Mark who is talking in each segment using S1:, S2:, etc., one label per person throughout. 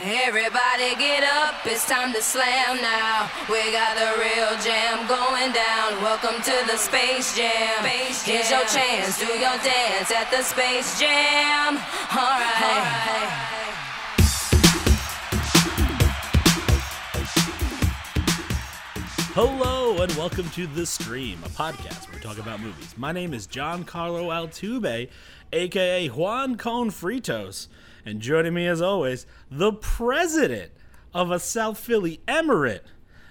S1: Everybody get up, it's time to slam now. We got the real jam going down. Welcome to the Space Jam. Here's your chance, do your dance at the Space Jam. Alright.
S2: Hello and welcome to The Stream, a podcast where we talk about movies. My name is John Carlo Altuve, aka Juan Con Fritos, and joining me as always, the president of a South Philly emirate,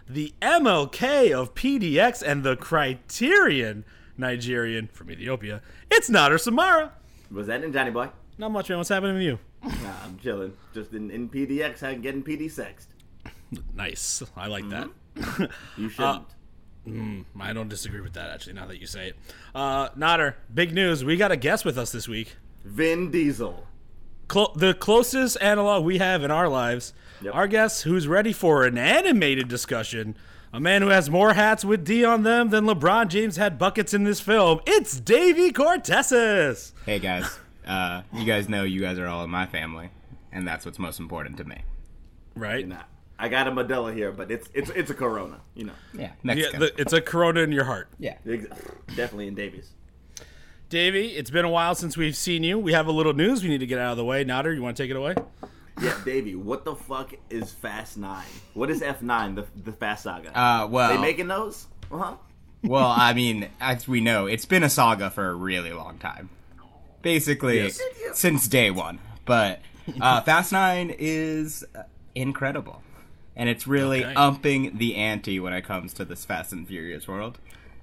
S2: the MLK of PDX, and the Criterion Nigerian from Ethiopia. It's Nader Samara.
S3: Was that in Johnny Boy?
S2: Not much, man. What's happening to you?
S3: Nah, I'm chilling. Just in, in PDX, I'm getting PD sexed.
S2: Nice. I like that.
S3: You shouldn't.
S2: Mm-hmm. I don't disagree with that, actually, now that you say it. Uh, Nodder, big news. We got a guest with us this week.
S3: Vin Diesel.
S2: Clo- the closest analog we have in our lives.
S3: Yep.
S2: Our guest who's ready for an animated discussion. A man who has more hats with D on them than LeBron James had buckets in this film. It's Davey Cortezes.
S4: Hey guys, uh, you guys know you guys are all in my family, and that's what's most important to me.
S2: Right?
S3: Nah, I got a Modelo here, but it's it's it's a Corona. You know,
S4: Yeah,
S2: Yeah,
S4: Mexico.
S2: the, it's a corona in your heart.
S4: Yeah.
S3: Ex- definitely in Davies.
S2: Davey, it's been a while since we've seen you. We have a little news we need to get out of the way. Nodder, you want to take it away?
S3: Yeah, Davey, what the fuck is Fast Nine? What is F Nine? The the Fast Saga.
S4: Uh, well,
S3: they making those? Uh huh.
S4: well, I mean, as we know, it's been a saga for a really long time, basically
S2: Yes.
S4: since day one. But uh, Fast Nine is uh, incredible, and it's really
S2: Okay.
S4: upping the ante when it comes to this Fast and Furious world.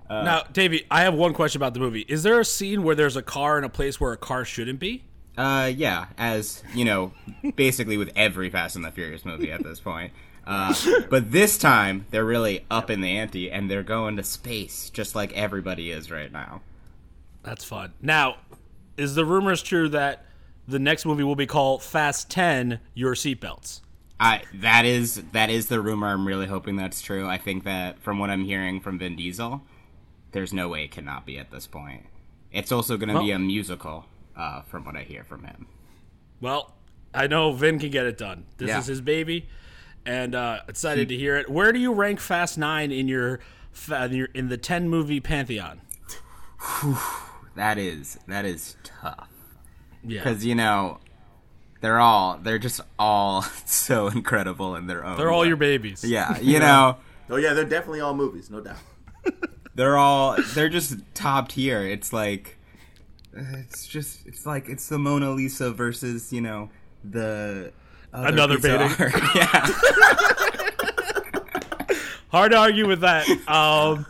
S3: Uh,
S2: Now, Davey, I have one question about the movie. Is there a scene where there's a car in a place where a car shouldn't be?
S4: Uh, yeah, as you know, basically with every Fast and the Furious movie at this point. Uh, but this time they're really up in the ante and they're going to space, just like everybody is right now.
S2: That's fun. Now, is the rumors true that the next movie will be called Fast 10 Your Seatbelts?
S4: I that is that is the rumor. I'm really hoping that's true. I think that from what I'm hearing from Vin Diesel, there's no way it cannot be at this point. It's also going to be
S2: Well-
S4: a musical, uh, from what I hear from him.
S2: Well, I know Vin can get it done. This
S4: Yeah.
S2: is his baby, and uh, excited to hear it. Where do you rank Fast 9 in your, fa- in your in the 10 movie pantheon?
S4: That is that is tough.
S2: Yeah.
S4: because you know they're all they're just all so incredible in their own
S2: They're all
S4: way.
S2: your babies.
S4: yeah you know
S3: Oh yeah, they're definitely all movies, no doubt.
S4: they're all they're just top tier it's like uh, it's just it's like it's the mona lisa versus you know the other
S2: Another
S4: piece of
S2: painting.
S4: art. yeah
S2: Hard to argue with that. Um,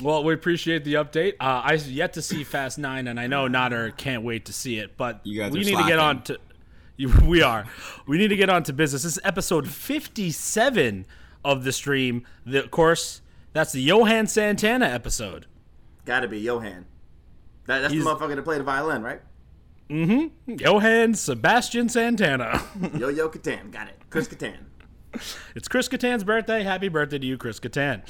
S2: well, we appreciate the update. Uh, I yet to see Fast Nine, and I know Nader can't wait to see it. But
S4: You guys
S2: we
S4: are
S2: need to get
S4: slacking.
S2: on to. You, we are. We need to get on to business. This is episode fifty-seven of the stream. The, of course, that's the Johan Santana episode.
S3: Gotta be Johan. That, that's
S2: He's-
S3: the motherfucker that played the violin, right?
S2: Johan Sebastian Santana.
S3: Yo Yo Catan, got it. Chris Catan.
S2: It's Chris Catan's birthday. Happy birthday to you, Chris Catan.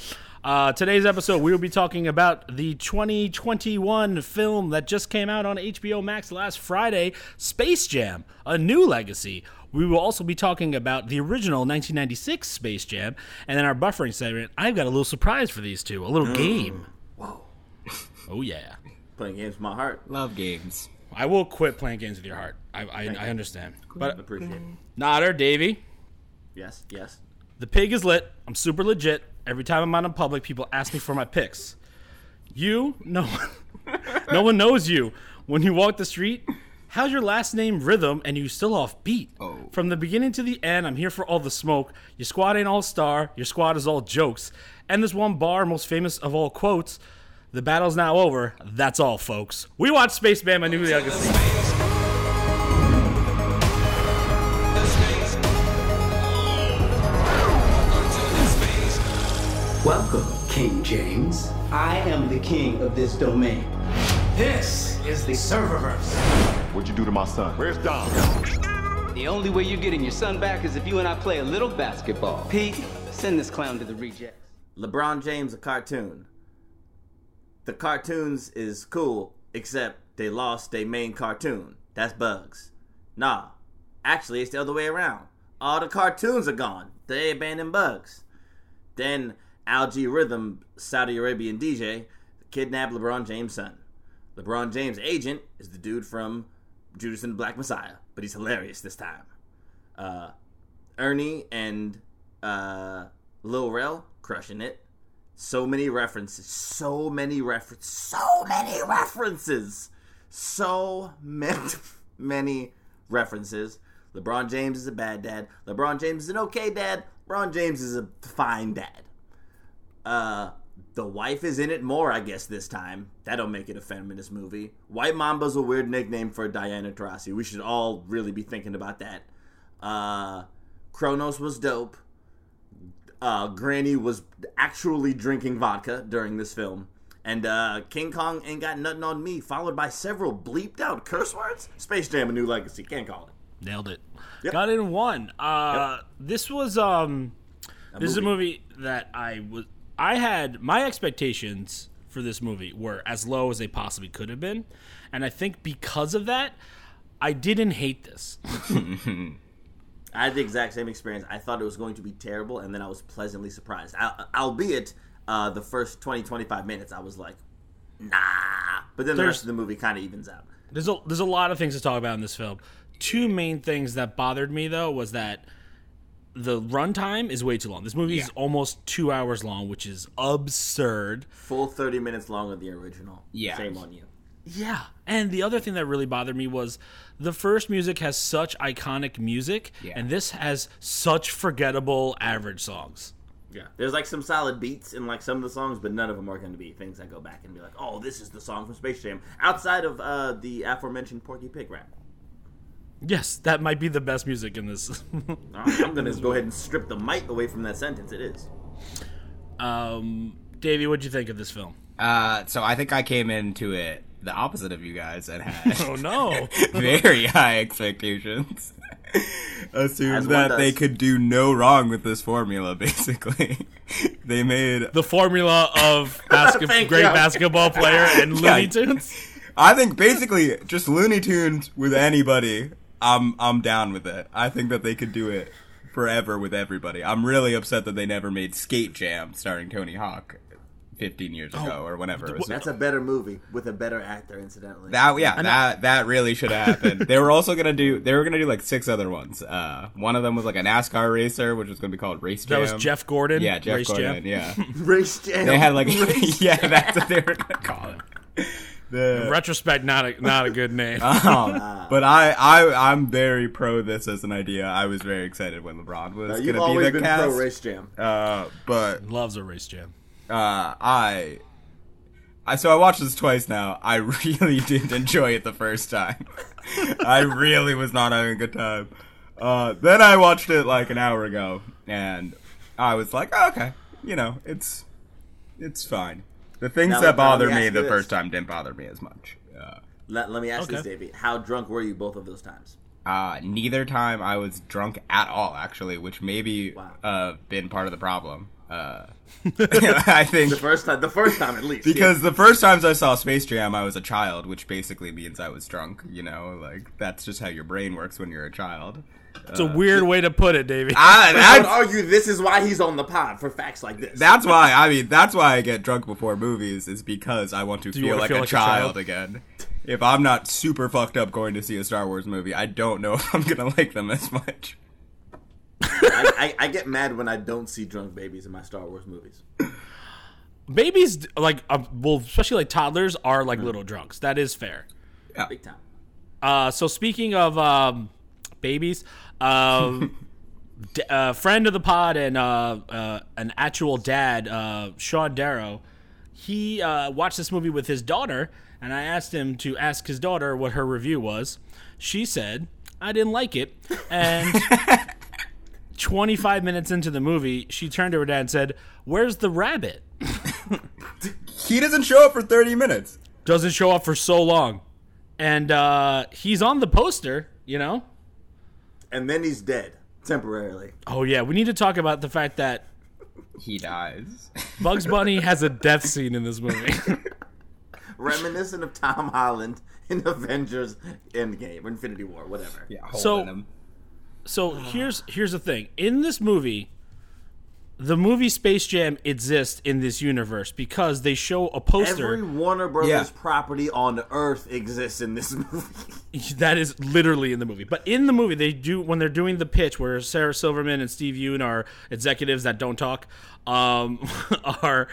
S2: Uh, today's episode, we will be talking about the 2021 film that just came out on HBO Max last Friday Space Jam, A New Legacy. We will also be talking about the original 1996 Space Jam. And in our buffering segment, I've got a little surprise for these two a little game.
S3: Whoa,
S2: Oh, yeah.
S3: playing games with my heart.
S4: love games
S2: I will quit playing games with your heart. I, I, I understand. But
S3: Appreciate it.
S2: Nodder, Davey,
S3: Yes, yes.
S2: The pig is lit. I'm super legit. Every time I'm out in public, people ask me for my picks. You, no one, no one knows you. When you walk the street, how's your last name rhythm and you still off beat?
S4: Oh.
S2: From the beginning to the end, I'm here for all the smoke. Your squad ain't all star. Your squad is all jokes. And this one bar, most famous of all quotes, the battle's now over. That's all, folks. We watched Space Jam: A New Legacy.
S5: Welcome, King James. I am the king of this domain. This is the serververse.
S6: What'd you do to my son? Where's Dom?
S7: The only way you're getting your son back is if you and I play a little basketball. Pete, send this clown to the rejects.
S3: LeBron James a cartoon. The cartoons is cool, except they lost their main cartoon. That's Bugs. Nah, actually it's the other way around. all the cartoons are gone. They abandoned Bugs. Then Algae Rhythm, Saudi Arabian DJ, kidnapped LeBron James' son. LeBron James' agent is the dude from Judas and the Black Messiah, but he's hilarious this time. Uh, Ernie and uh, Lil Rel crushing it. So many references, so many references, so many references, so many, many references. LeBron James is a bad dad. LeBron James is an okay dad. LeBron James is a fine dad. Uh, the wife is in it more, I guess, this time. That'll make it a feminist movie. White Mamba's a weird nickname for Diana Taurasi. We should all really be thinking about that. Uh, Kronos was dope. Uh, Granny was actually drinking vodka during this film. And uh, King Kong ain't got nothing on me, followed by several bleeped out curse words. Space Jam: A New Legacy. Can't call it.
S2: Nailed it.
S3: Yep.
S2: Got in one. Uh, This was um, this is a movie that I was. I had my expectations for this movie were as low as they possibly could have been, and I think because of that, I didn't hate this.
S3: I had the exact same experience. I thought it was going to be terrible, and then I was pleasantly surprised. Al- albeit, uh, the first 20, 25 minutes, I was like, nah. But then the
S2: There's-
S3: rest of the movie kind of evens out.
S2: There's a there's a lot of things to talk about in this film. Two main things that bothered me though was that the runtime is way too long. This movie is almost two hours long, which is absurd.
S3: Full 30 minutes longer than the original.
S4: Yeah.
S3: Shame on you.
S2: Yeah. And the other thing that really bothered me was the first music has such iconic music,
S4: Yeah.
S2: and this has such forgettable average songs.
S3: Yeah. There's like some solid beats in like some of the songs, but none of them are going to be things that go back and be like, oh, this is the song from Space Jam, outside of uh, the aforementioned Porky Pig rap.
S2: Yes, that might be the best music in this.
S3: All right, I'm going to go ahead and strip the mic away from that sentence. It is.
S2: um, Davey, what'd you think of this film?
S4: Uh, so I think I came into it the opposite of you guys and
S2: Oh
S4: had
S2: no.
S4: very high expectations.
S3: As
S4: Assumed
S3: one
S4: that they
S3: does.
S4: could do no wrong with this formula. Basically, they made.
S2: the formula of basket-
S3: Thank
S2: great
S3: you.
S2: basketball player and
S4: Yeah.
S2: Looney Tunes.
S4: I think basically just Looney Tunes with anybody. I'm I'm down with it. I think that they could do it forever with everybody. I'm really upset that they never made Skate Jam starring Tony Hawk 15 years ago or whenever. It was
S3: That's a better movie with a better actor, incidentally.
S4: That yeah, that that really should have happened. they were also gonna do they were gonna do like six other ones. Uh, one of them was like a NASCAR racer, which was gonna be called Race
S2: That
S4: Jam.
S2: was Jeff Gordon.
S4: Yeah, Jeff
S2: Race Jam.
S4: Gordon. Yeah,
S3: Race Jam.
S4: they had like yeah, that's what they were gonna call it. The-
S2: Retrospect, not a not a good name.
S4: um, but I I I'm very pro this as an idea. I was very excited when LeBron was
S3: You've
S4: gonna be
S3: always
S4: the
S3: been
S4: cast.
S3: pro Race Jam.
S4: uh, but
S2: Loves a race jam.
S4: uh, I. I, so I watched this twice now. I really didn't enjoy it the first time. I really was not having a good time. Uh, then I watched it like an hour ago, and I was like, "Oh, okay, you know, it's it's fine. The things
S3: Now, let
S4: that
S3: me
S4: bother
S3: ask
S4: me
S3: you
S4: the
S3: this.
S4: first time didn't bother me as much. Uh,
S3: Let, let me ask this,
S2: Okay.
S3: Davey. How drunk were you both of those times?
S4: Uh, neither time I was drunk at all, actually, which maybe
S3: Wow.
S4: uh been part of the problem. Uh, I think
S3: The first time, the first time at least.
S4: because the first times I saw Space Jam, I was a child, which basically means I was drunk. You know, like that's just how your brain works when you're a child.
S2: It's a
S4: Uh,
S2: weird way to put it, Davey.
S4: Ah,
S3: yeah. I would
S4: that's,
S3: argue this is why he's on the pod for facts like this.
S4: that's why I mean that's why I get drunk before movies is because I want to
S2: you
S4: feel
S2: wanna
S4: like,
S2: feel
S4: a,
S2: like a
S4: child
S2: child?
S4: again. If I'm not super fucked up going to see a Star Wars movie, I don't know if I'm gonna like them as much.
S3: I, I, I get mad when I don't see drunk babies in my Star Wars movies.
S2: Babies like um, well, especially like toddlers are like little drunks. That is fair.
S3: Big time.
S2: Uh, so speaking of um, babies, um, d- uh, friend of the pod and uh, uh, an actual dad, uh, Sean Darrow, he uh, watched this movie with his daughter, and I asked him to ask his daughter what her review was. She said, "I didn't like it," and. 25 minutes into the movie, she turned to her dad and said, "Where's the rabbit?"
S4: He doesn't show up for 30 minutes.
S2: Doesn't show up for so long. And uh, he's on the poster, you know?
S3: And then he's dead temporarily.
S2: Oh yeah, we need to talk about the fact that
S4: He dies.
S2: Bugs Bunny has a death scene in this movie.
S3: Reminiscent of Tom Holland in Avengers Endgame, Infinity War, whatever.
S4: Yeah,
S2: So-
S4: him.
S2: so here's here's the thing. In this movie, the movie Space Jam exists in this universe because they show a poster
S3: Every Warner Brothers
S4: Yeah.
S3: property on Earth exists in this movie.
S2: that is literally in the movie. But in the movie, they do when they're doing the pitch where Sarah Silverman and Steve Yoon are executives that don't talk. Um, are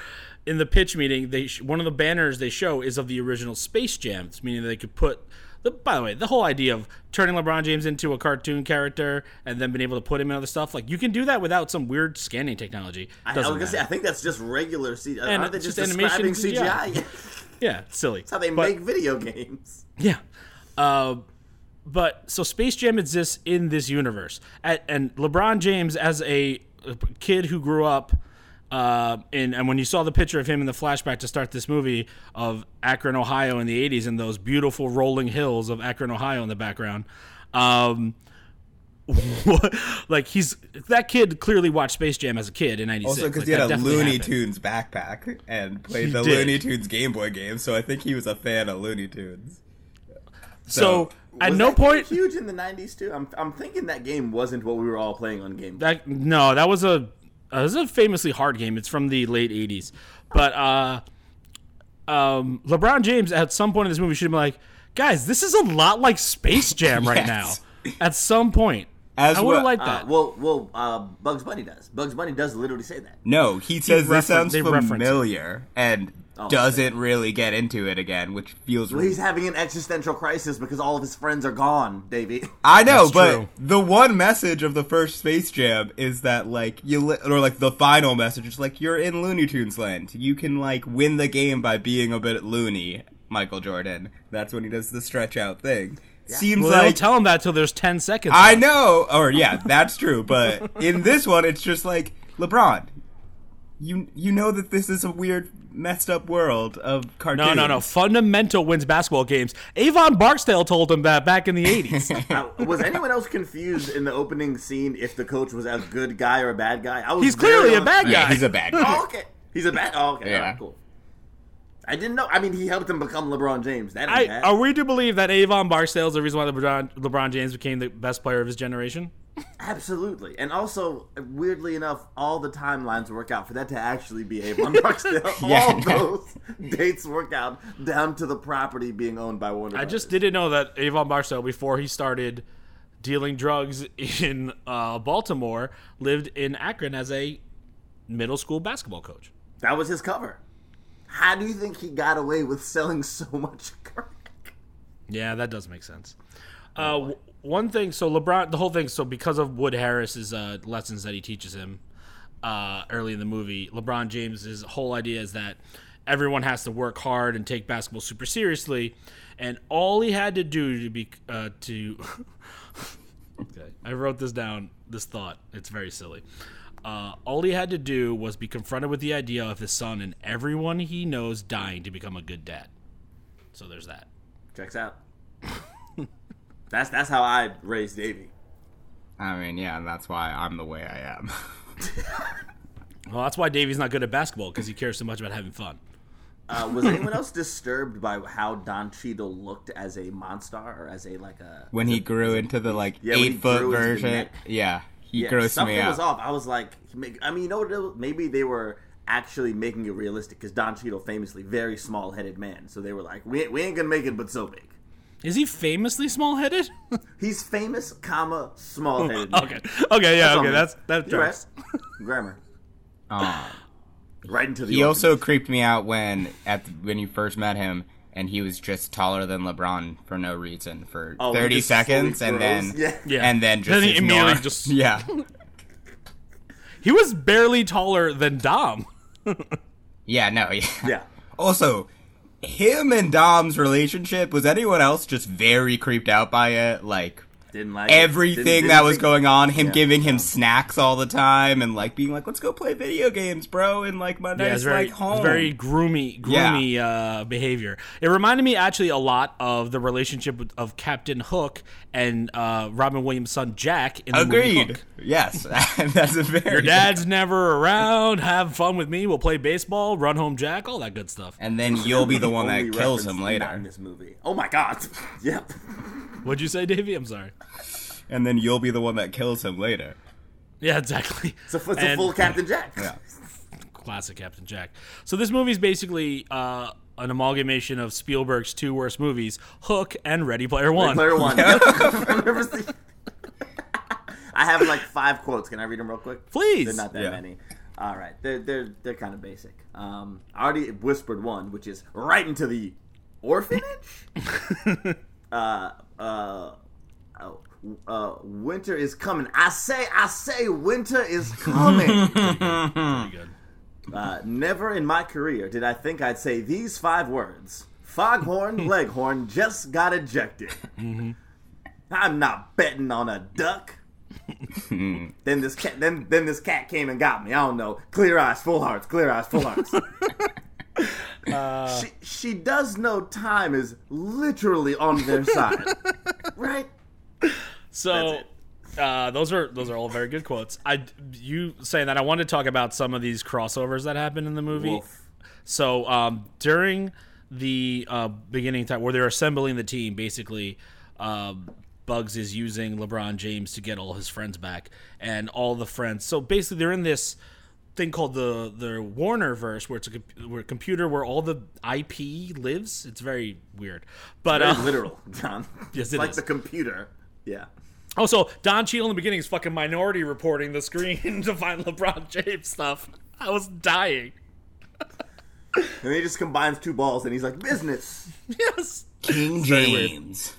S2: in the pitch meeting. They sh- one of the banners they show is of the original Space Jam, it's meaning they could put. The, by the way, the whole idea of turning LeBron James into a cartoon character and then being able to put him in other stuff, like you can do that without some weird scanning technology.
S3: I, I was
S2: Doesn't
S3: gonna say, I
S2: matter.
S3: think that's just regular CGI.
S2: And
S3: Aren't they
S2: it's
S3: just,
S2: just animation
S3: describing
S2: and CGI.
S3: CGI?
S2: yeah, it's silly.
S3: That's how they
S2: But-
S3: make video games.
S2: Yeah. Uh, but so Space Jam exists in this universe. At, and LeBron James, as a a kid who grew up, uh, in, and when you saw the picture of him in the flashback to start this movie of Akron, Ohio in the 80s and those beautiful rolling hills of Akron, Ohio in the background, um, like he's that kid clearly watched Space Jam as a kid in 96.
S4: Also, because
S2: Like,
S4: he had
S2: that
S4: a
S2: definitely
S4: Looney
S2: happened.
S4: Tunes backpack and played
S2: He
S4: the
S2: did.
S4: Looney Tunes Game Boy game, so I think he was a fan of Looney Tunes.
S2: So, at
S3: Was
S2: no
S3: that game
S2: point
S3: huge in the '90s too. I'm, I'm thinking that game wasn't what we were all playing on Game Boy.
S2: That no, that was a that was a famously hard game. It's from the late '80s, but uh, um, LeBron James at some point in this movie should have been like, guys, this is a lot like Space Jam right
S4: Yes.
S2: now. At some point,
S4: As
S2: I would have
S4: well-
S2: liked
S3: Uh,
S2: that.
S3: well, well, uh, Bugs Bunny does. Bugs Bunny does literally say that.
S4: No, he says this
S2: referenced-
S4: sounds
S2: they reference it.
S4: familiar and
S3: okay.
S4: doesn't really get into it again, which feels.
S3: Oh. Well, he's having an existential crisis because all of his friends are gone, Davey.
S4: I know,
S2: That's
S4: but
S2: true.
S4: the one message of the first Space Jam is that like you li- or like the final message is like you're in Looney Tunes land. You can like win the game by being a bit loony, Michael Jordan. That's when he does the stretch out thing. Seems
S2: Well, they don't
S4: like
S2: tell him that till there's ten seconds.
S4: I
S2: left.
S4: know, or yeah, that's true. But in this one, it's just like LeBron. You you know that this is a weird, messed up world of cartoons.
S2: No, no, no. Fundamental wins basketball games. Avon Barksdale told him that back in the '80s.
S3: Now, was anyone else confused in the opening scene if the coach was a good guy or a bad guy? I was
S2: He's
S3: very
S2: clearly a
S3: un-
S2: bad guy.
S4: Yeah, he's a bad guy.
S3: Oh, okay. He's a bad. Oh, okay.
S4: Yeah.
S3: All right, cool. I didn't know. I mean, he helped him become LeBron James. That ain't
S2: I,
S3: bad.
S2: are we to believe that Avon Barksdale is the reason why LeBron, LeBron James became the best player of his generation?
S3: Absolutely. And also, weirdly enough, all the timelines work out for that to actually be Avon Barksdale.
S4: Yeah,
S3: all
S4: no.
S3: those dates work out down to the property being owned by Warner
S2: I
S3: Brothers.
S2: just didn't know that Avon Barksdale, before he started dealing drugs in uh, Baltimore, lived in Akron as a middle school basketball coach.
S3: That was his cover. How do you think he got away with selling so much crack?
S2: Yeah, that does make sense. Uh, w- one thing, so LeBron, the whole thing, so because of Wood Harris's uh, lessons that he teaches him uh, early in the movie, LeBron James's whole idea is that everyone has to work hard and take basketball super seriously, and all he had to do to be uh, to. okay, I wrote this down. This thought, it's very silly. Uh, all he had to do was be confronted with the idea of his son and everyone he knows dying to become a good dad. So there's that.
S3: Checks out. that's that's how I raised Davy.
S4: I mean, yeah, and that's why I'm the way I am.
S2: Well, that's why Davey's not good at basketball because he cares so much about having fun.
S3: Uh, was anyone else disturbed by how Don Cheadle looked as a monster or as a like a?
S4: when he grew into the like
S3: Yeah, when he
S4: eight foot
S3: grew into the
S4: version,
S3: neck.
S4: yeah, he
S3: Yeah,
S4: grossed
S3: something
S4: me
S3: was
S4: out.
S3: off. I was like, I mean, you know what? It was? Maybe they were actually making it realistic because Don Cheadle, famously very small headed man, so they were like, we ain't, we ain't gonna make it, but so big.
S2: Is he famously small headed?
S3: He's famous, comma small headed.
S2: okay. Okay, yeah,
S3: all,
S2: okay.
S3: man.
S2: That's that
S3: You're
S2: tracks.
S3: right. Grammar.
S4: Aw.
S3: Right into the.
S4: He also
S3: orphanage.
S4: creeped me out when at the, when you first met him, and he was just taller than LeBron for no reason for
S3: Oh, he
S4: thirty
S3: just fully
S4: seconds, and
S3: froze?
S4: then
S3: Yeah.
S2: Yeah.
S4: and then just
S2: Then he
S4: his
S2: immediately
S4: nor-
S2: just-
S4: yeah
S2: He was barely taller than Dom.
S4: yeah no yeah.
S3: Yeah.
S4: Also, him and Dom's relationship was anyone else just very creeped out by it, like.
S3: Didn't like it.
S4: Everything
S3: Didn't-
S4: that
S3: didn't
S4: was
S3: think-
S4: going on, him
S3: Yeah.
S4: giving him snacks all the time, and like being like, "Let's go play video games, bro," and like my
S2: Yeah,
S4: nice
S2: it's very,
S4: like home.
S2: it's very groomy,
S4: Yeah.
S2: groomy uh, behavior. It reminded me actually a lot of the relationship with- of Captain Hook and uh, Robin Williams' son Jack in the movie
S4: Agreed.
S2: Hook.
S4: Yes, that's a very
S2: Your dad's never around. Have fun with me. We'll play baseball, run home, Jack, all that good stuff.
S4: And then you'll be the one
S3: Only
S4: that
S3: reference
S4: kills him
S3: not in
S4: later.
S3: this movie. Oh my god. yep.
S2: What'd you say, Davey? I'm sorry.
S4: and then you'll be the one that kills him later.
S2: Yeah, exactly.
S3: It's a, it's a
S2: And-
S3: full Captain Jack.
S4: Yeah.
S2: classic Captain Jack. So this movie's basically uh, an amalgamation of Spielberg's two worst movies, Hook and Ready Player One.
S3: Player one. Yep. I've never seen- I have like five quotes. Can I read them real quick?
S2: Please.
S3: They're not that
S4: Yeah.
S3: many. All right. They're they're they're kind of basic. Um, I already whispered one, which is right into the orphanage. uh, uh, oh, uh, winter is coming. I say, I say, winter is coming.
S2: Pretty good.
S3: Uh, never in my career did I think I'd say these five words. Foghorn Leghorn just got ejected.
S2: Mm-hmm.
S3: I'm not betting on a duck. then this cat, then then this cat came and got me. I don't know. Clear eyes, full hearts. Clear eyes, full hearts.
S2: Uh.
S3: she she does know time is literally on their side, right?
S2: So uh, those are those are all very good quotes. I you saying that I wanted to talk about some of these crossovers that happened in the movie.
S3: Wolf.
S2: So um, during the uh, beginning time where they're assembling the team, basically, um, Bugs is using LeBron James to get all his friends back and all the friends. So basically, they're in this thing called the the Warner verse, where it's a comp- where a computer where all the IP lives. It's very weird, but
S3: Very
S2: uh,
S3: literal, John.
S2: Yes, it
S3: It's like
S2: is.
S3: the computer. Yeah.
S2: Also, Oh, Don Cheadle in the beginning is fucking minority reporting the screen to find LeBron James stuff. I was dying.
S3: And he just combines two balls and he's like, business.
S2: Yes.
S4: King James.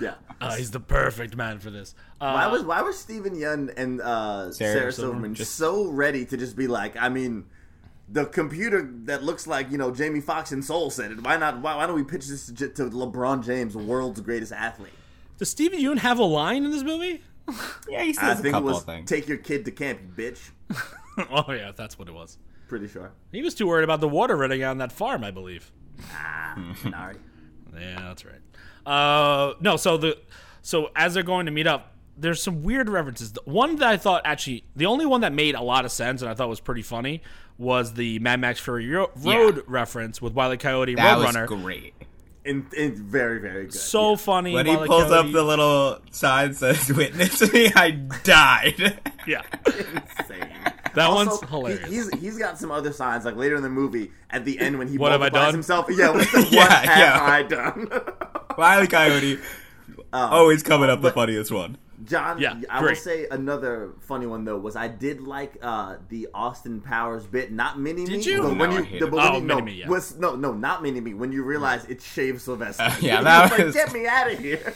S3: Yeah.
S2: Uh, he's the perfect man for this. Uh,
S3: Why was why were Steven Yeun and uh, Sarah, Silverman,
S4: Silverman
S3: so ready to just be like? I mean, the computer that looks like you know Jamie Foxx and Soul said it. Why not? Why, why don't we pitch this to, J- to LeBron James, world's greatest athlete?
S2: does Steven Yeun have a line in this movie?
S4: Yeah, he
S3: I
S4: says a
S3: think it
S4: couple
S3: was
S4: of things.
S3: take your kid to camp, you bitch.
S2: oh yeah, that's what it was.
S3: Pretty sure.
S2: He was too worried about the water running out on that farm, I believe.
S3: Nari.
S2: Yeah, that's right. Uh, no, so the so as they're going to meet up, there's some weird references. The one that I thought actually, the only one that made a lot of sense and I thought was pretty funny was the Mad Max Fury Ro- Road reference with Wile E. Coyote
S4: That was
S2: Roadrunner.
S4: great.
S3: And, and very very good.
S2: so funny.
S4: When he
S2: Wile E.
S4: pulls up
S2: Coyote-
S4: the little sign that says "Witness me," I died.
S2: yeah,
S3: insane.
S2: That
S3: Also,
S2: one's
S3: he-
S2: hilarious.
S3: he's he's got some other signs like later in the movie at the end when he
S2: What have I
S3: multiplies
S2: done?
S3: himself. Yeah, what, what
S4: Yeah,
S3: have
S4: yeah.
S3: I done?
S4: Wile E. Coyote
S3: Oh.
S4: always coming up the funniest one.
S3: John,
S2: Yeah,
S3: I
S2: great.
S3: will say another funny one though was I did like uh, the Austin Powers bit, not Mini Me.
S2: Did you?
S3: But
S4: No,
S3: when
S4: I
S3: you,
S4: hate
S3: the,
S4: it.
S3: but when
S2: Oh,
S3: you- no,
S2: Mini Me, yeah.
S3: was- no, no, not Mini Me. When you realize it's Shave Sylvester,
S4: yeah, that
S3: Like,
S4: was-
S3: get me out of here.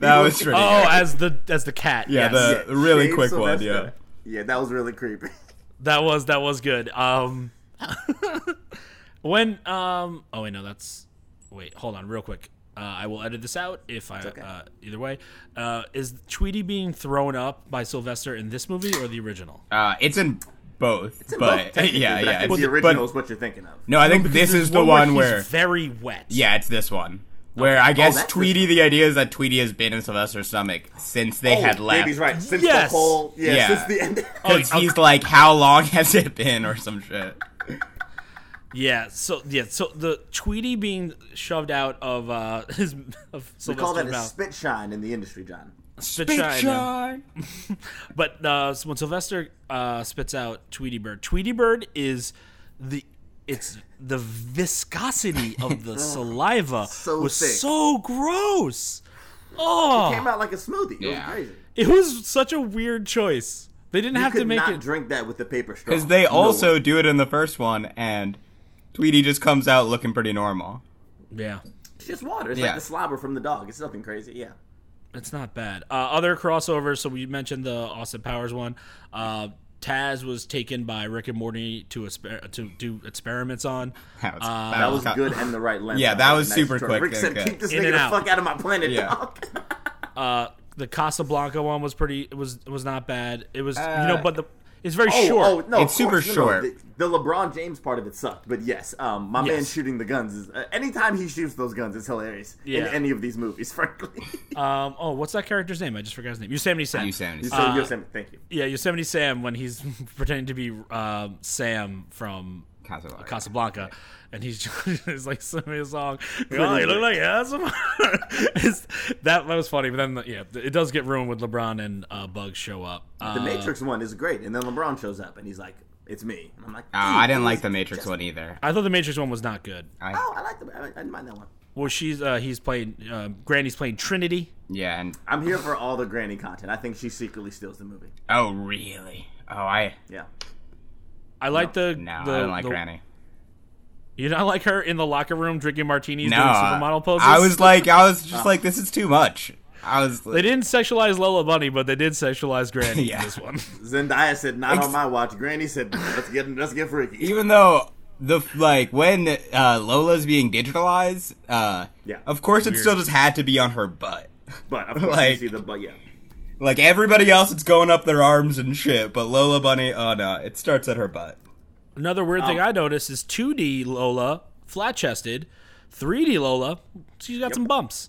S4: That was pretty.
S2: Oh,
S4: good.
S2: as the as the cat.
S4: Yeah,
S2: yes.
S4: the- Uh, A really
S3: Shave
S4: quick one, yeah.
S3: yeah, that was really creepy.
S2: that was that was good. Um, when um, oh wait, no, that's wait, hold on, real quick. Uh, I will edit this out if I uh, either way. Uh, is Tweety being thrown up by Sylvester in this movie or the original?
S4: Uh, it's in both, but
S3: Technically,
S4: yeah,
S3: but I
S4: yeah.
S3: think
S4: it's-
S3: the
S4: but-
S3: original is what you're thinking of.
S4: no, I think this is the
S2: One
S4: one where.
S2: he's very wet.
S4: Yeah, it's this one. Where I guess
S3: that's this
S4: Tweety, the idea is that Tweety has been in Sylvester's stomach since they
S3: Oh,
S4: had left.
S3: Baby's right. Since
S2: Yes. Oh,
S3: the whole, yeah,
S4: Yeah.
S3: since the end.
S4: Because he's like, how long has it been, or some shit.
S2: yeah. So yeah, so the Tweety being shoved out of uh, his of
S3: we call that
S2: Sylvester's
S3: a
S2: mouth.
S3: spit shine in the industry, John.
S2: Spit shine, yeah. But uh, when Sylvester uh, spits out Tweety Bird, Tweety Bird is the it's the viscosity of the saliva
S3: So
S2: was
S3: thick.
S2: so gross.
S3: Came
S2: Oh,
S3: out like a smoothie. It was
S4: Yeah.
S3: crazy.
S2: it was such a weird choice. They didn't
S3: You
S2: have
S3: could
S2: to make
S3: not
S2: it.
S3: drink that with the paper straw.
S4: Because they
S3: No
S4: also
S3: way.
S4: do it in the first one, and Tweety just comes out looking pretty normal.
S2: yeah,
S3: It's just water. It's
S4: Yeah.
S3: like the slobber from the dog. It's nothing crazy. Yeah.
S2: it's not bad. Uh, other crossovers. So we mentioned the Austin Powers one. Uh, Taz was taken by Rick and Morty to exper- to do experiments on.
S4: Oh, That was,
S3: That was good and the right length.
S4: Yeah,
S3: That
S4: that
S3: was
S4: was
S3: a
S4: super
S3: choice.
S4: quick
S3: Rick
S4: and
S3: said,
S4: good.
S3: "Keep this
S2: In
S3: nigga
S2: and
S3: the
S2: out.
S3: fuck out of my planet,
S4: Yeah.
S3: dog."
S2: Uh, the Casablanca one was pretty. It was it was not bad. It was you
S4: Uh,
S2: know, but the it's very
S3: Oh,
S2: short.
S3: oh, no,
S4: It's
S3: of
S4: super
S3: course, no, no,
S4: short.
S3: The, the LeBron James part of it sucked, but yes, um, my man
S2: Yes.
S3: shooting the guns is. Uh, anytime he shoots those guns, it's hilarious.
S2: Yeah.
S3: In any of these movies, frankly.
S2: Um, oh, what's that character's name? I just forgot his name. Yosemite Sam.
S4: Yosemite
S3: so
S4: Sam.
S2: uh,
S3: Yosemite, thank you.
S2: Yeah, Yosemite Sam when he's pretending to be um, Sam from
S4: Casablanca.
S2: Casablanca, and he's just it's like singing a song. Oh, you look like Casablanca. It's- that that was funny, but then the- yeah, it does get ruined when LeBron and uh, Bugs show up.
S3: The
S2: Uh,
S3: Matrix one is great, and then LeBron shows up and he's like, "It's me." And I'm like,
S4: Ah, I didn't like the Matrix one either.
S2: I thought the Matrix one was not good.
S3: "Oh, I like the. I didn't mind that one."
S2: Well, she's uh, he's playing uh, Granny's playing Trinity.
S4: Yeah, and
S3: I'm here for all the Granny content. I think she secretly steals the movie.
S4: oh really? Oh, I
S3: Yeah,
S2: I like the
S4: no,
S2: the,
S4: I don't like
S2: the-
S4: Granny.
S2: You not like her in the locker room drinking martinis
S4: No,
S2: doing
S4: I-
S2: supermodel poses.
S4: I was like, I was just like, this is too much. I was.
S2: They didn't sexualize Lola Bunny, but they did sexualize Granny
S4: Yeah.
S2: in this one.
S3: Zendaya said, "Not
S4: Ex-
S3: on my watch." Granny said, "Let's get let's get freaky."
S4: even though the like when uh, Lola's being digitalized, uh,
S3: Yeah.
S4: of course it still just had to be on her butt.
S3: But of course, you
S4: Like-
S3: see the but yeah.
S4: Like everybody else, it's going up their arms and shit, but Lola Bunny, oh no, it starts at her butt.
S2: Another weird thing I noticed is 2D Lola flat chested, 3D Lola she's got some bumps.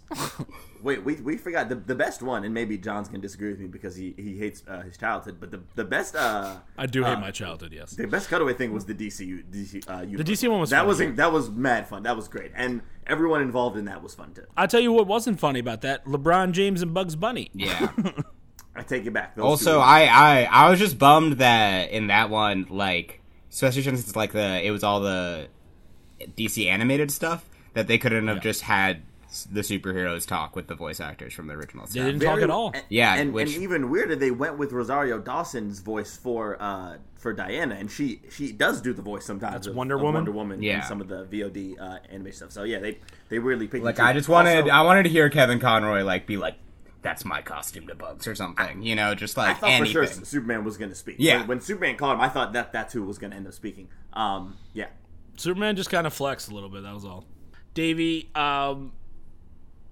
S3: Wait, we, we forgot the, the best one, and maybe Johns can disagree with me because he, he hates uh, his childhood. But the the best uh
S2: I do hate my childhood. Yes,
S3: the best cutaway thing was the DCU DC uh, universe.
S2: DC one was
S3: that
S2: fun,
S3: was
S2: yeah.
S3: that was mad fun. That was great, and everyone involved in that was fun too.
S2: I tell you what wasn't funny about that: LeBron James and Bugs Bunny.
S4: Yeah.
S3: I take it back. Those two-
S4: also, I, I I was just bummed that in that one, like especially since it's like the it was all the DC animated stuff that they couldn't have just had s- the superheroes talk with the voice actors from the original
S2: They
S4: stuff.
S2: didn't talk at all.
S3: and-
S4: Yeah,
S3: and,
S4: which-
S3: and even weirder, they went with Rosario Dawson's voice for uh, for Diana, and she she does do the voice sometimes.
S2: That's
S3: of-
S2: Wonder
S3: of
S2: Woman?
S3: Wonder Woman,
S4: Yeah.
S3: and some of the VOD uh, animation stuff. So yeah, they they weirdly picked.
S4: Like
S3: the two.
S4: I just wanted
S3: Also,
S4: I wanted to hear Kevin Conroy like be like that's my costume to Bugs or something. You know, just
S3: I
S4: like
S3: thought
S4: anything.
S3: for sure Superman was going to speak.
S4: Yeah.
S3: When, when Superman called him, I thought that that's who was going to end up speaking. Um, yeah.
S2: Superman just kind of flexed a little bit. That was all. Davey, um,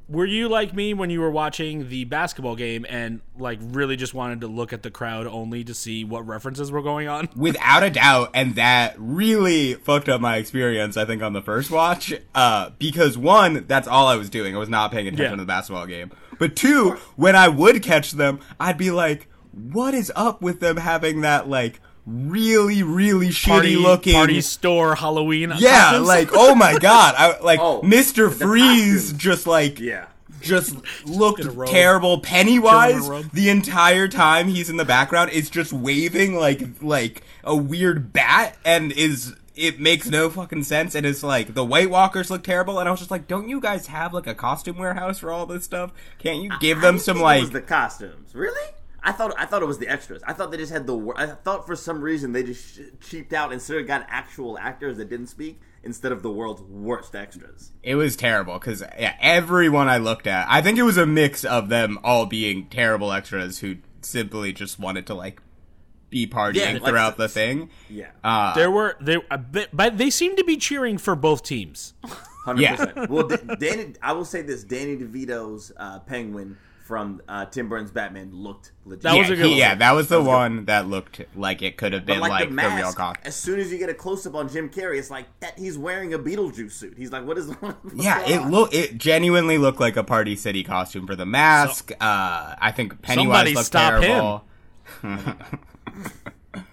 S2: were you like me when you were watching the basketball game and like really just wanted to look at the crowd only to see what references were going on?
S4: Without a doubt, and that really fucked up my experience, I think, on the first watch. Uh, because one, that's all I was doing. I was not paying attention
S2: Yeah.
S4: to the basketball game. But two, when I would catch them, I'd be like, what is up with them having that like really, really
S2: Party
S4: shitty looking
S2: party store Halloween. uh,
S4: Yeah,
S2: costumes?
S4: like oh my god, I like
S3: Oh,
S4: Mr.
S3: the
S4: Freeze
S3: costumes.
S4: just like
S3: Yeah.
S4: just looked
S2: a robe.
S4: terrible. Pennywise
S2: robe.
S4: the entire time he's in the background is just waving like like a weird bat and is it makes no fucking sense and it's like the White Walkers look terrible and I was just like, Don't you guys have like a costume warehouse for all this stuff? Can't you give them
S3: I
S4: some
S3: think it
S4: like
S3: was the costumes. Really? I thought I thought it was the extras. I thought they just had the. wor- I thought for some reason they just sh- cheaped out and sort of got actual actors that didn't speak instead of the world's worst extras.
S4: It was terrible because yeah, everyone I looked at, I think it was a mix of them all being terrible extras who simply just wanted to like be partying
S3: Yeah, like-
S4: throughout the thing.
S3: Yeah,
S4: Uh,
S2: There were there, a bit, but they seemed to be cheering for both teams.
S3: hundred
S4: yeah.
S3: percent. Well, Da- Danny, I will say this: Danny DeVito's uh, Penguin from uh, Tim Burns' Batman looked legit.
S2: That
S4: yeah,
S2: was a good
S4: he-
S2: one.
S4: yeah, that was the
S3: was good.
S4: one that looked like it could have
S3: But
S4: been
S3: like,
S4: like,
S3: the
S4: the real
S3: mask,
S4: costume.
S3: as soon as you get a close up on Jim Carrey, it's like that he's wearing a Beetlejuice suit. He's like, what is? what's
S4: Yeah,
S3: going
S4: it
S3: on?
S4: look it genuinely looked like a Party City costume for the mask. uh, I think
S2: Somebody
S4: Pennywise looked
S2: stop
S4: terrible.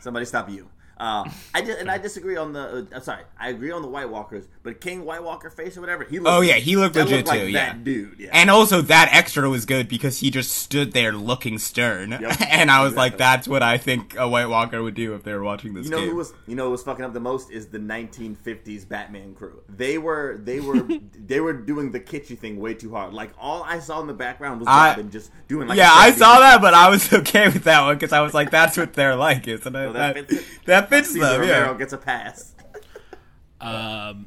S3: Somebody stop you. Uh, I di- and I disagree on the. Uh, I'm sorry, I agree on the White Walkers, but King White Walker face or whatever. He looked,
S4: Oh, yeah, he looked
S3: that
S4: legit
S3: like
S4: too,
S3: That
S4: yeah.
S3: dude. Yeah.
S4: And also that extra was good because he just stood there looking stern, and I was like,
S3: exactly.
S4: "That's what I think a White Walker would do if they were watching this
S3: you know
S4: game."
S3: who was you know who was fucking up the most is the 1950s Batman crew. They were they were they were doing the kitschy thing way too hard. Like all I saw in the background was
S4: I-
S3: Robin just doing like
S4: yeah,
S3: I
S4: I saw that, but I was okay with that one because I was like, "That's what they're like, isn't it?"
S3: that
S4: that,
S3: fits it.
S4: that fits
S3: Caesar
S4: them.
S3: Romero
S4: Yeah.
S3: gets a pass.
S2: Um,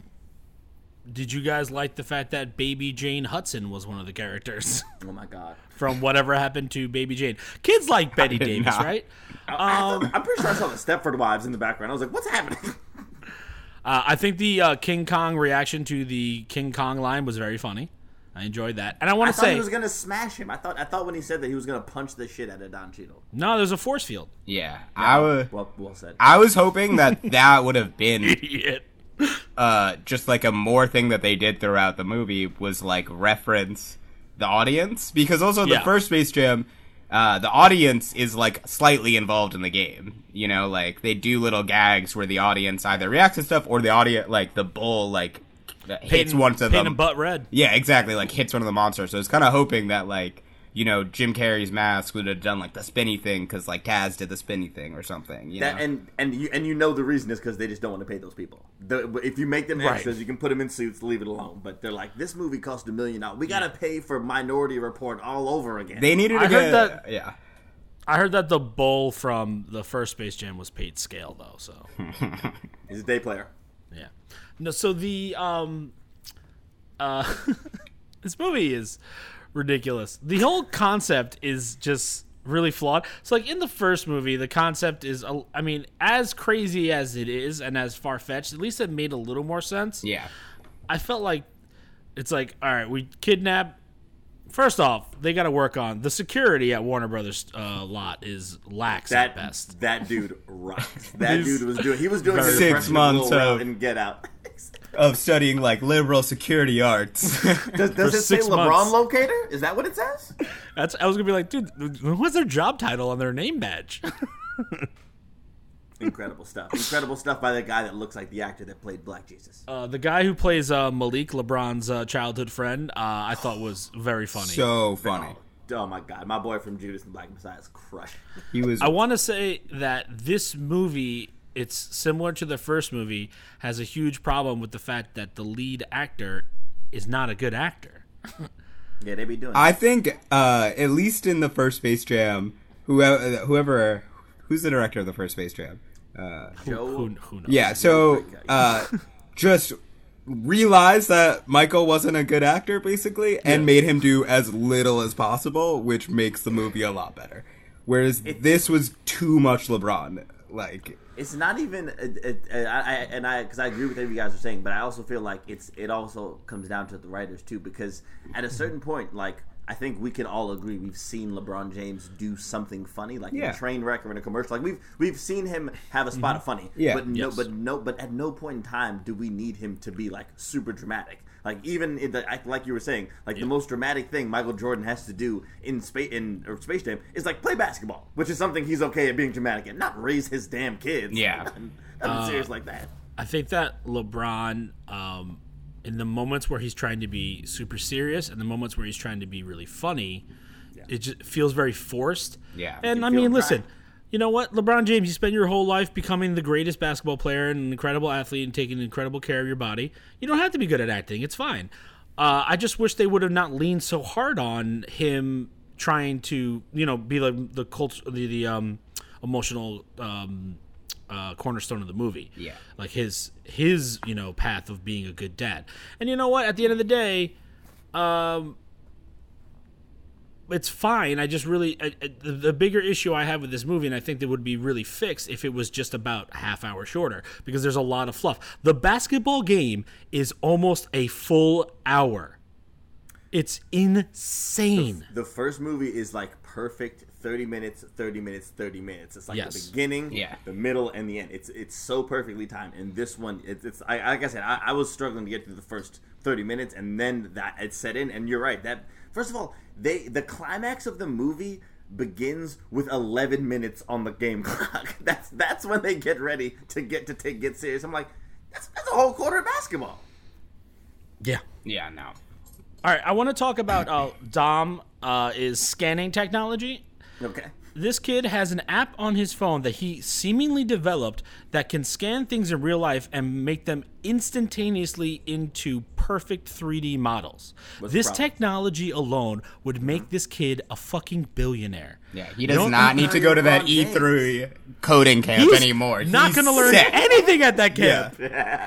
S2: did you guys like the fact that Baby Jane Hudson was one of the characters?
S3: Oh my god!
S2: from whatever happened to Baby Jane. Kids like Betty
S4: did
S2: Davis,
S4: not.
S2: right?
S3: I
S4: Um,
S3: thought- I'm pretty sure I saw the Stepford Wives in the background. I was like, what's happening?
S2: Uh, I think the uh, King Kong reaction to the King Kong line was very funny. I enjoyed that, and I
S3: I
S2: want to
S3: thought
S2: say
S3: he was gonna smash him. I thought I thought when he said that he was gonna punch the shit out of Don Cheadle.
S2: no, there's a force field.
S4: yeah, I was
S3: Well, well said.
S4: I was hoping that that would have been
S2: Idiot.
S4: uh, just like a more thing that they did throughout the movie was like reference the audience because also the
S2: Yeah.
S4: first Space Jam uh, the audience is like slightly involved in the game. You know, like they do little gags where the audience either reacts to stuff or the audience, like the bull, like hits
S2: Peyton-
S4: one of
S2: Peyton
S4: them.
S2: butt red.
S4: Yeah, exactly. Like hits one of the monsters. So it's kind of hoping that like you know Jim Carrey's mask would have done like the spinny thing because like Taz did the spinny thing or something. You
S3: That,
S4: know?
S3: and and you and you know the reason is because they just don't want to pay those people. The, if you make them
S2: Right.
S3: extras, you can put them in suits, leave it alone. But they're like, this movie cost a million dollars. We gotta pay for Minority Report all over again.
S4: they needed. to
S2: I heard
S4: get-
S2: that-
S4: Yeah.
S2: I heard that the bull from the first Space Jam was paid scale though, so
S3: He's a day player.
S2: yeah. No, so the um, uh, this movie is ridiculous. The whole concept is just really flawed. So like in the first movie, the concept is, a- I mean, as crazy as it is and as far fetched, at least it made a little more sense.
S4: Yeah.
S2: I felt like it's like, all right, we kidnap. First off, they got to work on the security at Warner Brothers uh, lot is lax
S3: That
S2: at best.
S3: that dude rocks. That
S2: He's-
S3: dude was doing. He was doing his
S4: Six
S3: impression
S4: months
S3: of Lil
S4: of-
S3: Rel in Get Out.
S4: Of studying like liberal security arts.
S3: Does, does it say
S2: six
S3: LeBron
S2: months.
S3: locator? Is that what it says?
S2: That's I was gonna be like, dude, what's their job title on their name badge?
S3: Incredible stuff. Incredible stuff by the guy that looks like the actor that played Black Jesus.
S2: uh, the guy who plays uh, Malik LeBron's uh, childhood friend, uh, I thought was very funny.
S4: so funny.
S3: Oh my god, my boy from Judas and Black Messiah is crushed.
S4: He was.
S2: I want to say that this movie, it's similar to the first movie, has a huge problem with the fact that the lead actor is not a good actor.
S3: Yeah, they be doing.
S4: I think uh, at least in the first Space Jam, whoever, whoever, who's the director of the first Space Jam? Uh,
S3: Joe,
S2: Who, who knows?
S4: yeah. So uh, just realized that Michael wasn't a good actor, basically, and made him do as little as possible, which makes the movie a lot better. Whereas this was too much LeBron. Like,
S3: it's not even. It, it, I, I, and I, because I agree with everything you guys are saying, but I also feel like it's. It also comes down to the writers too, because at a certain point, like I think we can all agree, we've seen LeBron James do something funny, like
S4: Yeah. Mm-hmm.
S3: in a train wreck or in a commercial. Like we've we've seen him have a spot of funny.
S4: Yeah.
S3: But no,
S2: Yes.
S3: but no, but at no point in time do we need him to be like super dramatic. Like even in the, I- like you were saying, like the most dramatic thing Michael Jordan has to do in space in or Space Jam is like play basketball, which is something he's okay at being dramatic at, not raise his damn kids.
S4: Yeah.
S3: nothing, nothing serious like that.
S2: I think that LeBron, um, in the moments where he's trying to be super serious and the moments where he's trying to be really funny, it just feels very forced.
S4: Yeah.
S2: And
S4: You
S2: I
S3: feel
S2: mean,
S3: dry.
S2: listen, you know what, LeBron James, you spend your whole life becoming the greatest basketball player and an incredible athlete and taking incredible care of your body. You don't have to be good at acting. It's fine. Uh, I just wish they would have not leaned so hard on him trying to, you know, be like the cult, the, the um, emotional um, uh, cornerstone of the movie
S4: Yeah.
S2: like his his you know path of being a good dad and you know what at the end of the day um it's fine i just really I, I, the- the bigger issue i have with this movie and i think that would be really fixed if it was just about a half hour shorter because there's a lot of fluff the basketball game is almost a full hour it's insane
S3: The first movie is like perfect 30 minutes, 30 minutes, 30 minutes. It's like
S2: Yes.
S3: the beginning,
S4: Yeah.
S3: the middle, and the end. It's it's so perfectly timed. And this one, it's, it's I, like I said, I, I was struggling to get through the first 30 minutes, and then that it set in. And you're right. That first of all, they the climax of the movie begins with 11 minutes on the game clock. that's that's when they get ready to get to take get serious. I'm like, that's, that's a whole quarter of basketball.
S2: yeah
S4: yeah, no.
S2: all right i want to talk about uh, dom uh, is scanning technology
S3: Okay.
S2: This kid has an app on his phone that he seemingly developed that can scan things in real life and make them instantaneously into perfect 3D models. this
S3: problem?
S2: technology alone would make this kid a fucking billionaire.
S4: Uh-huh. Yeah, he
S2: You
S4: does
S2: don't-
S4: not need to go to that
S3: He's-
S4: E3 coding camp
S2: He's
S4: anymore.
S2: Not
S4: He's
S2: gonna learn
S4: set.
S2: anything at that
S4: Yeah.
S2: camp.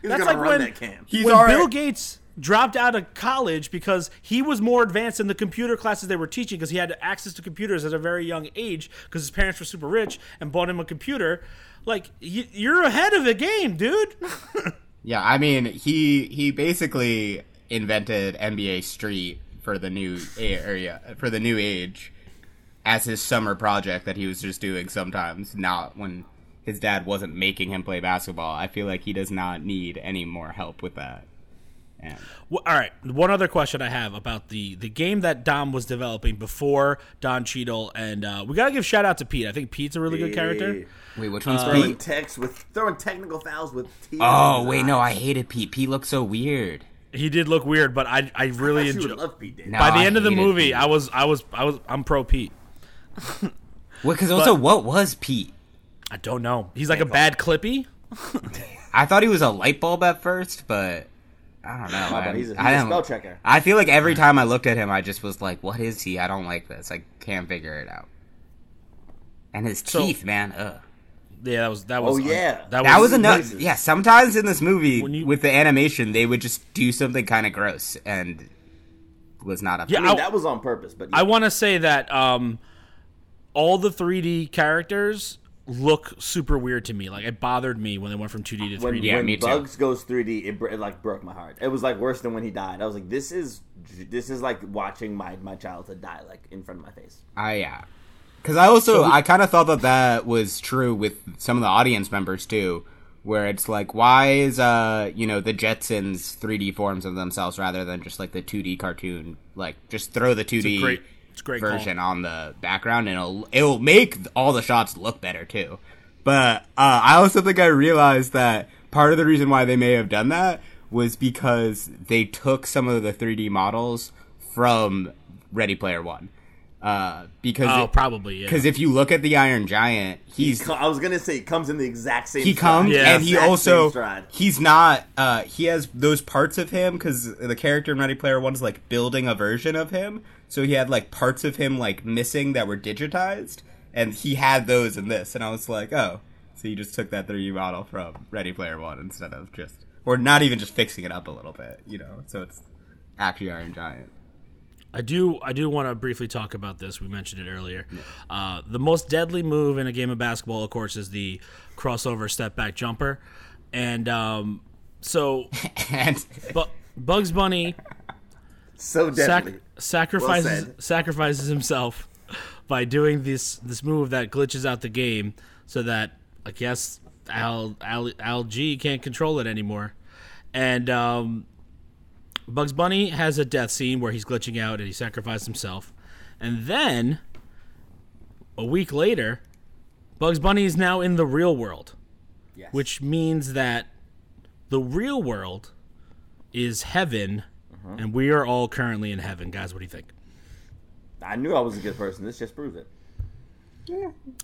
S3: He's
S2: That's
S3: gonna
S2: like
S3: run
S2: when-
S3: that camp.
S4: He's
S2: when
S4: already-
S2: Bill Gates dropped out of college because he was more advanced in the computer classes they were teaching because he had access to computers at a very young age because his parents were super rich and bought him a computer. Like y- you're ahead of the game, dude.
S4: Yeah, I mean, he he basically invented NBA Street for the new a- area for the new age as his summer project that he was just doing sometimes, not when his dad wasn't making him play basketball. I feel like he does not need any more help with that. And
S2: Well, all right. One other question I have about the the game that Dom was developing before Don Cheadle, and uh, we gotta give shout out to Pete. I think Pete's a really good character.
S4: wait, which
S2: Uh,
S4: one's
S3: Throwing
S4: Pete?
S3: text with throwing technical fouls with tears.
S4: Oh wait, no, I hated Pete. Pete looked so weird.
S2: He did look weird, but I I really
S3: you
S2: enjoyed.
S3: would love Pete Davidson.
S4: No,
S2: By the
S4: I
S2: end of the
S4: hated
S2: movie,
S4: Pete.
S2: I was I was I was I'm pro Pete.
S4: Well, because also, what was Pete?
S2: I don't know. He's like a bad Clippy.
S4: I thought he was a light bulb at first, but I don't know. man.
S3: Oh, he's a- he's
S4: I
S3: a
S4: don't-
S3: spell checker.
S4: I feel like every time I looked at him, I just was like, "What is he? I don't like this. I can't figure it out." And his
S2: So-
S4: teeth, man. Ugh.
S2: Yeah, that was that was.
S3: Oh, yeah.
S2: that was,
S4: That was
S3: a-
S4: enough.
S3: racist.
S4: Yeah, sometimes in this movie
S2: When you-
S4: with the animation, they would just do something kind of gross and was not up.
S2: Yeah,
S4: to
S3: I mean,
S2: I-
S3: that was on purpose, but
S2: I want to say that um, all the 3D characters look super weird to me. Like it bothered me when they went from 2D to
S3: when,
S2: 3D.
S4: Yeah,
S3: when
S4: me too.
S3: Bugs goes 3D, it, br- it like broke my heart. It was like worse than when he died. I was like, this is this is like watching my my childhood die like in front of my face.
S4: I Ah, yeah, because I also I kind of thought that that was true with some of the audience members too, where it's like, why is uh you know the Jetsons 3D forms of themselves rather than just like the 2D cartoon? Like just throw the 2D
S2: great- it's a great call.
S4: version on the background and it'll it'll make all the shots look better too. But uh, I also think I realized that part of the reason why they may have done that was because they took some of the 3D models from Ready Player One. Uh, because
S2: Oh,
S4: it-
S2: probably yeah.
S4: because if you look at the Iron Giant, he's
S3: Co- I was gonna say he comes in the exact same.
S4: he
S3: stride.
S4: comes
S2: Yeah.
S4: and he
S3: Exact same
S4: also
S3: stride.
S4: he's not uh he has those parts of him because the character in Ready Player One is like building a version of him, so he had like parts of him like missing that were digitized, and he had those in this, and I was like, oh, so you just took that 3D model from Ready Player One instead of just or not even just fixing it up a little bit, you know? So it's actually Iron Giant.
S2: I do I do want to briefly talk about this. We mentioned it earlier. Uh, the most deadly move in a game of basketball, of course, is the crossover step back jumper, and um, so
S4: And
S2: Bu- Bugs Bunny
S3: so
S2: sac-
S3: deadly.
S2: sacrifices
S3: said.
S2: sacrifices himself by doing this this move that glitches out the game, so that I guess Al Al, Al G can't control it anymore, and um, Bugs Bunny has a death scene where he's glitching out and he sacrifices himself, and then a week later, Bugs Bunny is now in the real world,
S3: Yes.
S2: which means that the real world is heaven, and we are all currently in heaven, guys. What do you think?
S3: I knew I was a good person. This just proves it.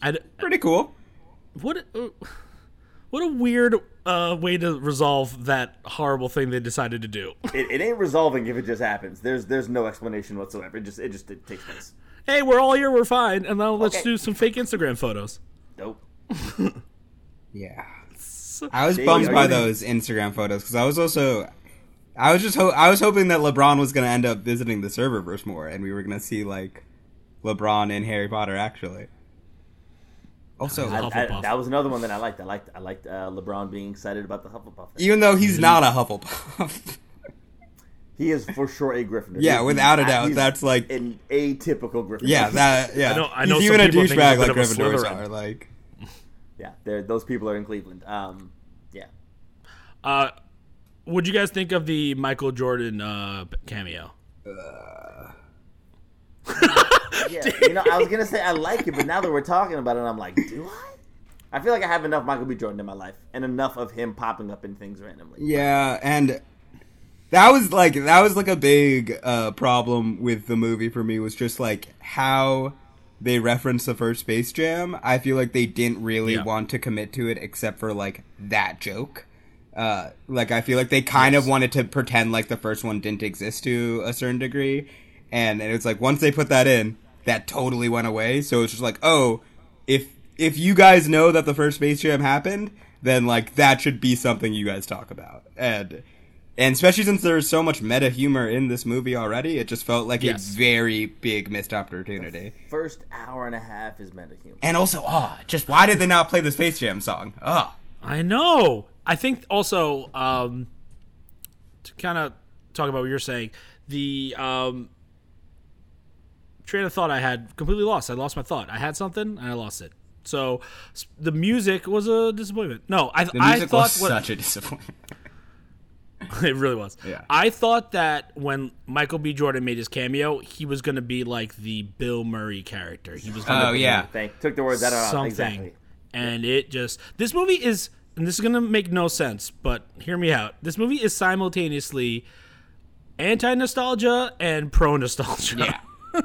S2: I d
S4: pretty cool.
S2: what uh, what a weird uh, way to resolve that horrible thing they decided to do.
S3: it. It ain't resolving if it just happens. There's there's no explanation whatsoever. It just it just it takes place.
S2: hey, we're all here, we're fine, and now let's
S3: Okay.
S2: do some fake Instagram photos.
S3: Nope.
S4: Yeah. I was
S3: Dude,
S4: bummed
S3: are
S4: by
S3: you-
S4: those Instagram photos because I was also, I was just ho- I was hoping that LeBron was going to end up visiting the serververse more, and we were going to see like LeBron and Harry Potter actually. Also,
S2: I-
S3: I-
S2: Hufflepuff.
S3: that was another one that I liked. I liked I liked uh, LeBron being excited about the Hufflepuff. Thing.
S4: even though
S2: Mm-hmm.
S4: he's not a Hufflepuff,
S3: He is for sure a Gryffindor.
S4: yeah,
S3: He's-
S4: without a
S3: he's-
S4: doubt,
S3: he's
S4: that's like
S3: an atypical Gryffindor.
S4: yeah, that yeah.
S2: I know- I
S4: He's
S2: know some
S4: even a
S2: people think he's a
S4: douchebag
S2: bit
S4: like
S2: of a
S4: Gryffindors
S2: Slytherin.
S4: are like.
S3: yeah. They're, those people are in Cleveland. Um, yeah.
S2: Uh, what'd you guys think of the Michael Jordan uh, cameo?
S3: Yeah, you know, I was gonna say I like it, but now that we're talking about it, I'm like, do I? I feel like I have enough Michael B. Jordan in my life, and enough of him popping up in things randomly.
S4: Yeah, and that was like that was like a big uh, problem with the movie for me was just like how they referenced the first Space Jam. I feel like they didn't really
S2: Yeah.
S4: want to commit to it except for like that joke. Uh, like I feel like they kind of wanted to pretend like the first one didn't exist to a certain degree, and it was like once they put that in, that totally went away. So it's just like, oh, if if you guys know that the first Space Jam happened, then like that should be something you guys talk about, and and especially since there's so much meta humor in this movie already, it just felt like
S2: Yes.
S4: a very big missed opportunity.
S3: First hour and a half is meta humor.
S4: And also, ah, just why did they not play the Space Jam song? Ah,
S2: I know. I think also um, to kind of talk about what you're saying, the um, train of thought I had completely lost. I lost my thought. I had something and I lost it. So s- the music was a disappointment. No, I
S4: the music
S2: I thought
S4: was
S2: what,
S4: such a disappointment.
S2: It really was.
S4: Yeah.
S2: I thought that when Michael B. Jordan made his cameo, he was going to be like the Bill Murray character. He was going to
S4: Oh
S2: be
S4: yeah,
S3: Thank. Took the words out of my mouth.
S2: something.
S3: Exactly.
S2: And it just this movie is and this is gonna make no sense, but hear me out. This movie is simultaneously anti nostalgia and pro nostalgia.
S4: yeah.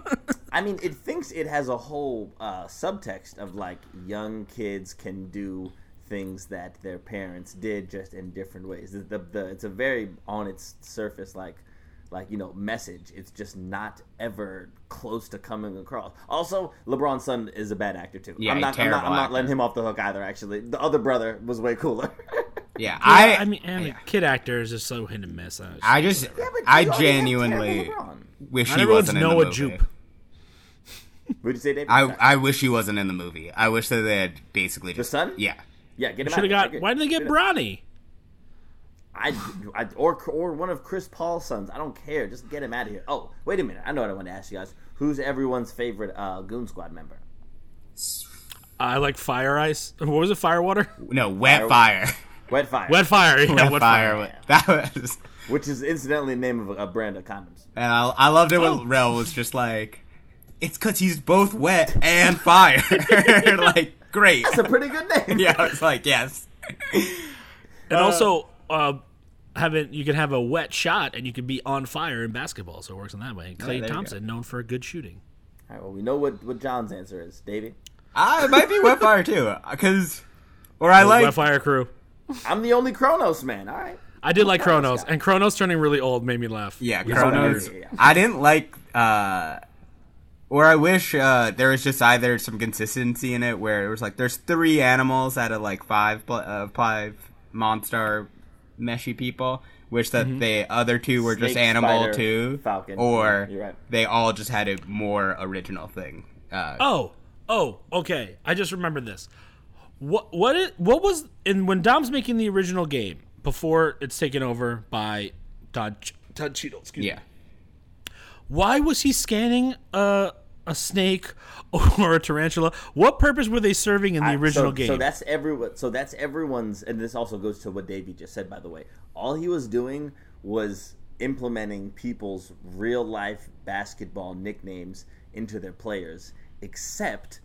S3: I mean, it thinks it has a whole uh, subtext of like young kids can do things that their parents did just in different ways. The, the, the it's a very on its surface like like you know message. It's just not ever close to coming across. Also, LeBron's son is a bad actor too.
S4: Yeah,
S3: I'm not I'm not,
S4: terrible
S3: I'm not
S4: actor.
S3: letting him off the hook either. Actually, the other brother was way cooler.
S4: Yeah,
S2: I,
S4: I,
S2: I mean, I mean, kid actors are so hit and miss. I,
S4: I just,
S3: but
S4: I
S3: you already have
S4: genuinely
S3: terrible LeBron.
S4: wish
S2: Not
S4: he
S2: everyone's
S4: wasn't in the
S2: Noah
S4: movie.
S2: Jupe.
S3: Would you say David?
S4: I, I wish he wasn't in the movie. I wish that they had basically just
S3: son?
S4: Yeah,
S3: yeah, get him out.
S2: should have
S3: of here.
S2: got.
S3: Take it.
S2: Why did they get
S3: Shoulda-
S2: Bronny?
S3: I, I or or one of Chris Paul's sons. I don't care. Just get him out of here. Oh, wait a minute. I know what I want to ask you guys. Who's everyone's favorite uh, Goon Squad member?
S2: I like Fire Ice. What was it? Firewater.
S4: no, wet fire,
S3: Wet Fire,
S2: Wet Fire. Yeah,
S4: wet
S2: Wet
S4: fire. That was,
S3: which is incidentally the name of a, a brand of condoms.
S4: and I, I loved it when
S2: Oh.
S4: Rel was just like, it's because he's both wet and fire. like, great.
S3: It's a pretty good name.
S4: Yeah, I was like, yes.
S2: And also, uh, having you can have a wet shot and you can be on fire in basketball, so it works in that way. And Clay
S4: there you go.
S2: Thompson, known for a good shooting.
S3: All right. Well, we know what, what John's answer is, Davey.
S4: I Uh, it might be wet fire too, because, or I like.
S2: Wet Fire Crew.
S3: I'm the only Kronos man. All right.
S2: I did like Kronos, and Kronos turning really old made me laugh.
S4: Yeah,
S2: He's so
S4: Kronos.
S2: weird.
S3: yeah, yeah.
S4: I didn't like, uh, or I wish uh, there was just either some consistency in it where it was like there's three animals out of like five pl- uh, five monster meshy people, which that
S2: Mm-hmm.
S4: the other two were just
S3: Snake,
S4: animal
S3: spider,
S4: too,
S3: falcon.
S4: or
S3: Yeah, you're right.
S4: they all just had a more original thing. Uh,
S2: Oh, oh, okay. I just remembered this. What what it, what was in when Dom's making the original game before it's taken over by Todd Ch- Todd Cheadle? Excuse
S4: yeah,
S2: me. Why was he scanning a a snake or a tarantula? What purpose were they serving in the
S3: I-
S2: original
S3: so,
S2: game?
S3: So that's everyone. So that's everyone's, and this also goes to what Davey just said. By the way, all he was doing was implementing people's real life basketball nicknames into their players, except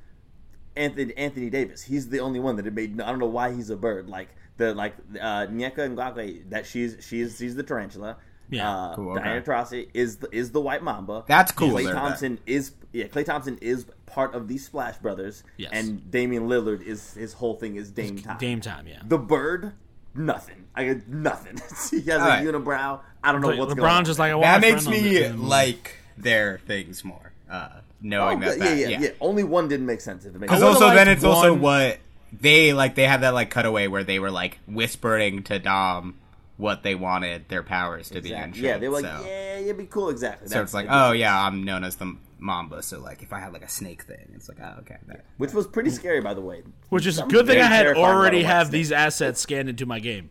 S3: Anthony Anthony Davis. He's the only one that it made. I don't know why he's a bird. Like the like uh, Nyeka and that she's she's she's the tarantula.
S2: Yeah,
S3: uh,
S4: cool, okay.
S3: Diana Taurasi is the, is the white mamba.
S4: That's cooler,
S3: Clay
S4: that-
S3: Thompson is yeah. Clay Thompson is part of the Splash Brothers.
S2: Yes.
S3: And Damian Lillard is his whole thing is Dame time.
S2: Game time, yeah.
S3: The bird, nothing. I got nothing. he has
S4: Alright.
S3: a unibrow. I don't know
S2: Like,
S3: what's going on.
S2: LeBron's just like I want
S4: that
S2: my
S4: makes
S2: friend on
S4: me
S2: the team.
S4: like their things more, uh,
S3: Oh,
S4: knowing
S3: yeah,
S4: that,
S3: yeah,
S4: that
S3: yeah, yeah. Only one didn't make sense. If it makes
S4: Because
S3: sense.
S2: would've
S4: also, then
S2: liked
S4: it's also
S2: one-
S4: what they like. They have that like cutaway where they were like whispering to Dom what they wanted their powers to be. And
S3: Exactly.
S4: shit,
S3: Yeah, they were like,
S4: so.
S3: yeah, it'd be cool. Exactly.
S4: So it's like,
S3: it.
S4: oh yeah, I'm known as the Mamba. So like, if I had like a snake thing, it's like, oh okay. That.
S3: which was pretty scary, by the way.
S2: Which is a
S3: I'm
S2: good thing
S3: very
S2: I had
S3: terrified by the
S2: already
S3: white
S2: have
S3: snake.
S2: these assets scanned into my game.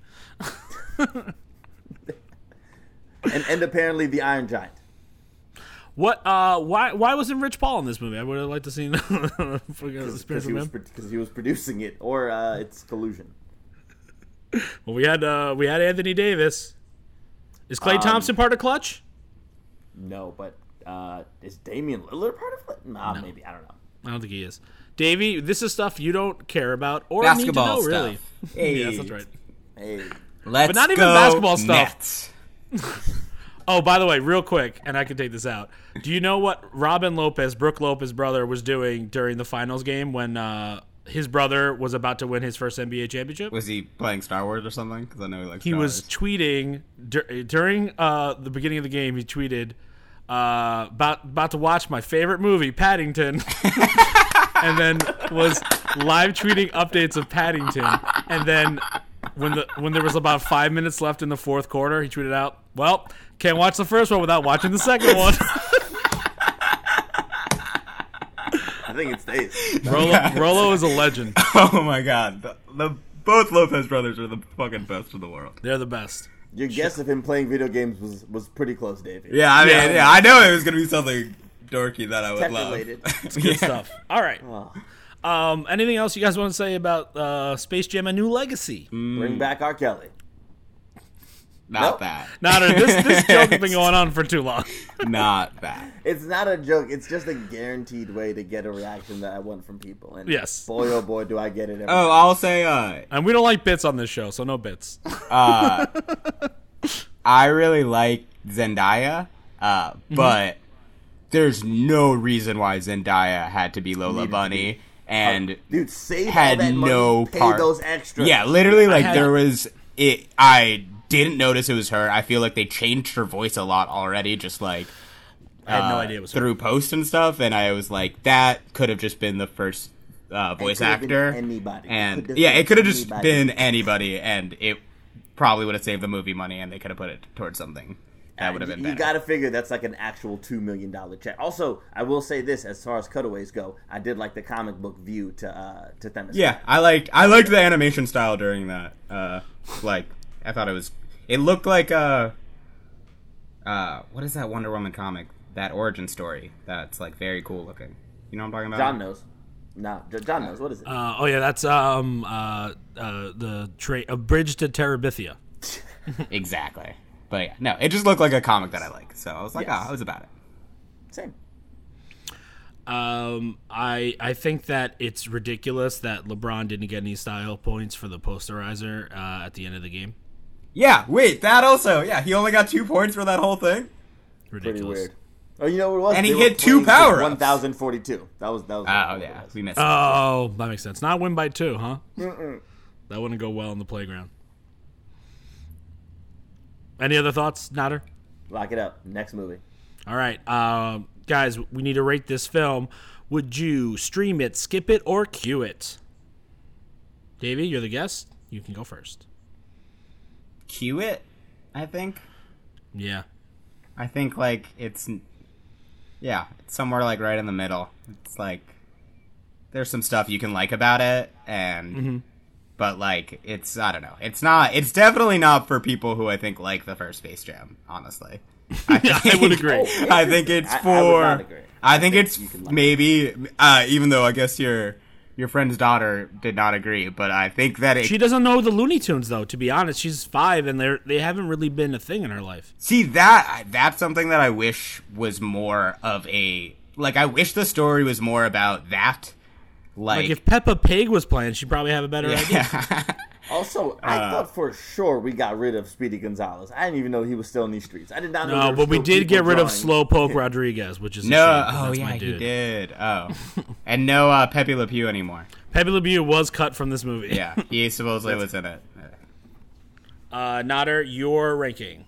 S3: and, and apparently the Iron Giant.
S2: What? Uh, why? Why wasn't Rich Paul in this movie? I would have liked to see
S3: Because
S2: experience with
S3: he, was
S2: him.
S3: pro- 'cause he was producing it, or uh, it's collusion.
S2: Well, we had uh, we had Anthony Davis. Is
S3: Um,
S2: Clay Thompson part of Clutch?
S3: No, but uh, is Damian Lillard part of it? Nah, maybe I don't know.
S2: I don't think he is. Davey, this is stuff you don't care about or
S4: Basketball
S2: need to know, really. Yes,
S4: stuff. Hey.
S2: that's right.
S3: Hey,
S4: Let's
S2: not even
S4: go
S2: basketball stuff.
S4: Nets.
S2: Oh, by the way, real quick, and I can take this out. Do you know what Robin Lopez, Brooke Lopez' brother, was doing during the finals game when uh, his brother was about to win his first NBA championship?
S4: Was he playing Star Wars or something? Because I know he likes.
S2: he
S4: Star
S2: was
S4: Wars.
S2: tweeting dur- during uh, the beginning of the game. He tweeted uh, about about to watch my favorite movie, Paddington, and then was live tweeting updates of Paddington. And then when the when there was about five minutes left in the fourth quarter, he tweeted out, "Well, can't watch the first one without watching the second one."
S3: I think it stays.
S2: Rolo, Rolo is a legend.
S4: Oh my god, the, the both Lopez brothers are the fucking best in the world.
S2: They're the best.
S3: Your guess of him playing video games was was pretty close, David.
S4: Yeah, I mean,
S2: Yeah.
S4: yeah, I know it was gonna be something dorky that I would
S3: Tech
S4: love.
S3: related.
S4: Yeah.
S2: Good stuff. All right. Um, anything else you guys want to
S4: Mm.
S2: say about uh, Space Jam: A New Legacy?
S3: Bring back R. Kelly.
S4: Not
S3: Nope.
S4: that.
S2: Not a, this this joke has been going on for too long.
S4: Not that.
S3: It's not a joke. It's just a guaranteed way to get a reaction that I want from people. And
S2: Yes.
S3: boy oh boy, do I get it. Every
S4: Oh, I'll say uh
S2: And we don't like bits on this show, so no bits.
S4: I really like Zendaya, uh, but there's no reason why Zendaya had to be Uh, Lola Bunny and
S3: dude, save
S4: had
S3: all that money,
S4: no
S3: pay
S4: part.
S3: those extras.
S4: Yeah, literally, like
S2: had-
S4: there was it. I didn't notice it was her. I feel like they changed her voice a lot already, just like
S2: I had no
S4: uh,
S2: idea it was her.
S4: through post and stuff. And I was like, that could have just been the first uh, voice
S3: could've been
S4: actor.
S3: anybody.
S4: And
S3: Could've
S4: yeah,
S3: been
S4: it could have just
S3: anybody.
S4: been anybody, and it probably would have saved the movie money, and they could have put it towards something that would have
S3: You-
S4: been
S3: Uh, You
S4: better.
S3: got to figure that's like an actual two million dollar check. Also, I will say this: as far as cutaways go, I did like the comic book view to uh, to Themis.
S4: Yeah, I liked I liked the animation style during that. Uh, like I thought it was it looked like uh uh what is that Wonder Woman comic? That origin story that's like very cool looking. You know what I'm talking about?
S3: John knows. No, J- John knows. What is it?
S2: Uh, oh yeah, that's um uh, uh the tra- a bridge to Terabithia.
S4: Exactly. But yeah, no, it just looked like a comic that I like. So I was like,
S3: Yes.
S4: ah, oh, it was about it.
S3: Same.
S2: Um, I I think that it's ridiculous that LeBron didn't get any style points for the posterizer uh, at the end of the game.
S4: Yeah, wait, that also. Yeah, he only got two points for that whole thing.
S3: Pretty
S2: Ridiculous.
S3: weird. Oh, you know what it was?
S4: And he
S3: They were
S4: hit two
S3: playing
S4: power-ups.
S3: One thousand forty-two. That was that was.
S4: Oh
S3: what it
S4: yeah,
S3: was.
S4: we missed.
S2: Oh, that makes sense. Not win by two, huh? That wouldn't go well in the playground. Any other thoughts, Nader?
S3: Lock it up. Next movie.
S2: All right, um, guys, we need to rate this film. Would you stream it, skip it, or cue it? Davey, you're the guest. You can go first.
S4: Cue it. I think.
S2: Yeah.
S4: I think like it's yeah, it's somewhere like right in the middle. It's like there's some stuff you can like about it and
S2: Mm-hmm.
S4: but like it's I don't know. It's not it's definitely not for people who I think like the first Space Jam, honestly. I,
S2: I would
S4: think-
S2: agree.
S4: I think it's
S3: I- I
S4: for
S3: would not agree.
S4: I think it's maybe uh, even though I guess your your friend's daughter did not agree, but I think that it
S2: She doesn't know the Looney Tunes though. To be honest, she's five, and they they haven't really been a thing in her life.
S4: See that that's something that I wish was more of a like I wish the story was more about that. Like,
S2: Like if Peppa Pig was playing, she'd probably have a better idea.
S3: Also, I
S2: Uh.
S3: thought for sure we got rid of Speedy Gonzalez. I didn't even know he was still in these streets. I did not know. there
S2: No,
S3: were
S2: Uh, but we
S3: still
S2: did
S3: people
S2: get rid of
S3: drawing.
S2: Slowpoke Rodriguez, which is a
S4: no,
S2: shame, 'cause
S4: oh
S2: that's
S4: yeah,
S2: my dude.
S4: he did. Oh, and no uh, Pepe Le Pew anymore.
S2: Pepe Le Pew was cut from this movie.
S4: Yeah, he supposedly was in it.
S2: Uh, Nodder, your ranking.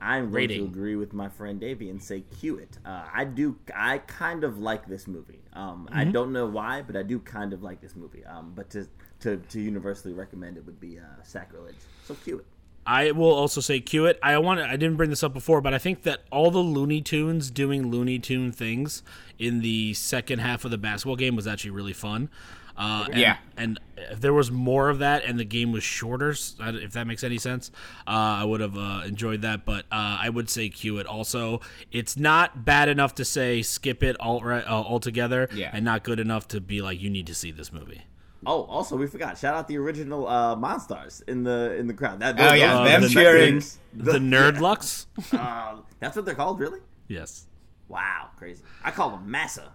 S3: I'm going
S2: Rating.
S3: to agree with my friend Davey and say cue it. Uh, I do. I kind of like this movie. Um, I
S2: Mm-hmm.
S3: don't know why, but I do kind of like this movie. Um, but to to, to universally recommend it would be uh, sacrilege. So cue it.
S2: I will also say cue it. I want. I didn't bring this up before, but I think that all the Looney Tunes doing Looney Tune things in the second half of the basketball game was actually really fun. Uh, and,
S4: Yeah.
S2: and if there was more of that, and the game was shorter, s- I- if that makes any sense, uh, I would have uh, enjoyed that. But uh, I would say cue it. Also, it's not bad enough to say skip it all right, uh, altogether,
S4: Yeah.
S2: and not good enough to be like you need to see this movie.
S3: Oh, also we forgot. Shout out the original uh, Monstars in the in the crowd. That,
S4: Oh, yeah,
S3: those-
S4: them
S3: those-
S4: cheering.
S2: The Nerd Lux,
S3: uh, that's what they're called, really?
S2: yes.
S3: Wow, crazy. I call them Massa.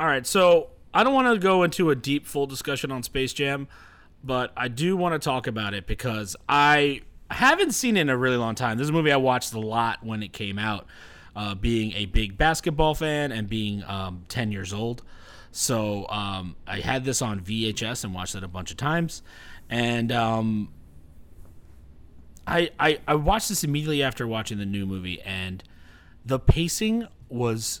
S2: All right, so I don't want to go into a deep, full discussion on Space Jam, but I do want to talk about it because I haven't seen it in a really long time. This is a movie I watched a lot when it came out, uh, being a big basketball fan and being um, 10 years old. So um, I had this on VHS and watched it a bunch of times. And um, I, I, I watched this immediately after watching the new movie, and the pacing was